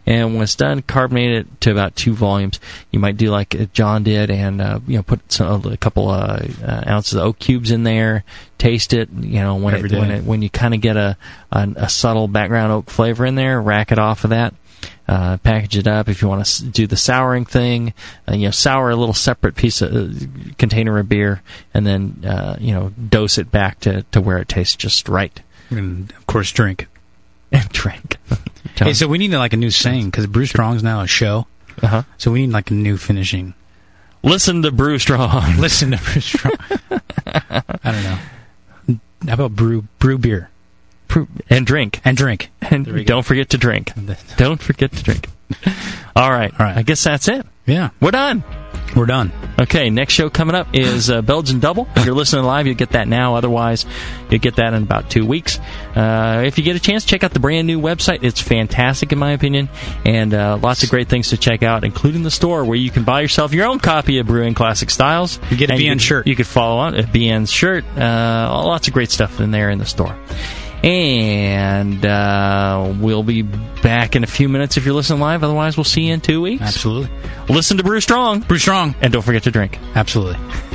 Speaker 2: And when it's done, carbonate it to about two volumes. You might do like uh, John did, and uh, you know put some, a couple uh, uh, ounces of oak cubes in there. Taste it. You know when
Speaker 4: Every
Speaker 2: it,
Speaker 4: day.
Speaker 2: when, it, when you kind of get a, a a subtle background oak flavor in there, rack it off of that. Uh, package it up if you want to do the souring thing. Uh, you know, sour a little separate piece of uh, container of beer, and then uh, you know dose it back to, to where it tastes just right.
Speaker 4: And of course, drink.
Speaker 2: And drink.
Speaker 4: Hey, so we need like a new saying because Bruce Strong's now a show.
Speaker 2: Uh-huh.
Speaker 4: So we need like a new finishing.
Speaker 2: Listen to Brew Strong.
Speaker 4: Listen to Brew Strong. I don't know. How about brew brew beer?
Speaker 2: Brew, and drink.
Speaker 4: And drink. There we
Speaker 2: And
Speaker 4: go.
Speaker 2: don't forget to drink. Don't forget to drink. All right. All right. I guess that's it.
Speaker 4: Yeah.
Speaker 2: We're done.
Speaker 4: We're done.
Speaker 2: Okay. Next show coming up is uh, Belgian Double. If you're listening live, you'll get that now. Otherwise, you'll get that in about two weeks. Uh, if you get a chance, check out the brand new website. It's fantastic, in my opinion, and uh, lots of great things to check out, including the store where you can buy yourself your own copy of Brewing Classic Styles. You
Speaker 4: get a BN
Speaker 2: shirt. You could follow on a BN shirt. Uh, lots of great stuff in there in the store. And uh, we'll be back in a few minutes if you're listening live. Otherwise, we'll see you in two weeks.
Speaker 4: Absolutely.
Speaker 2: Listen to Brew Strong. Brew
Speaker 4: Strong.
Speaker 2: And don't forget to drink.
Speaker 4: Absolutely.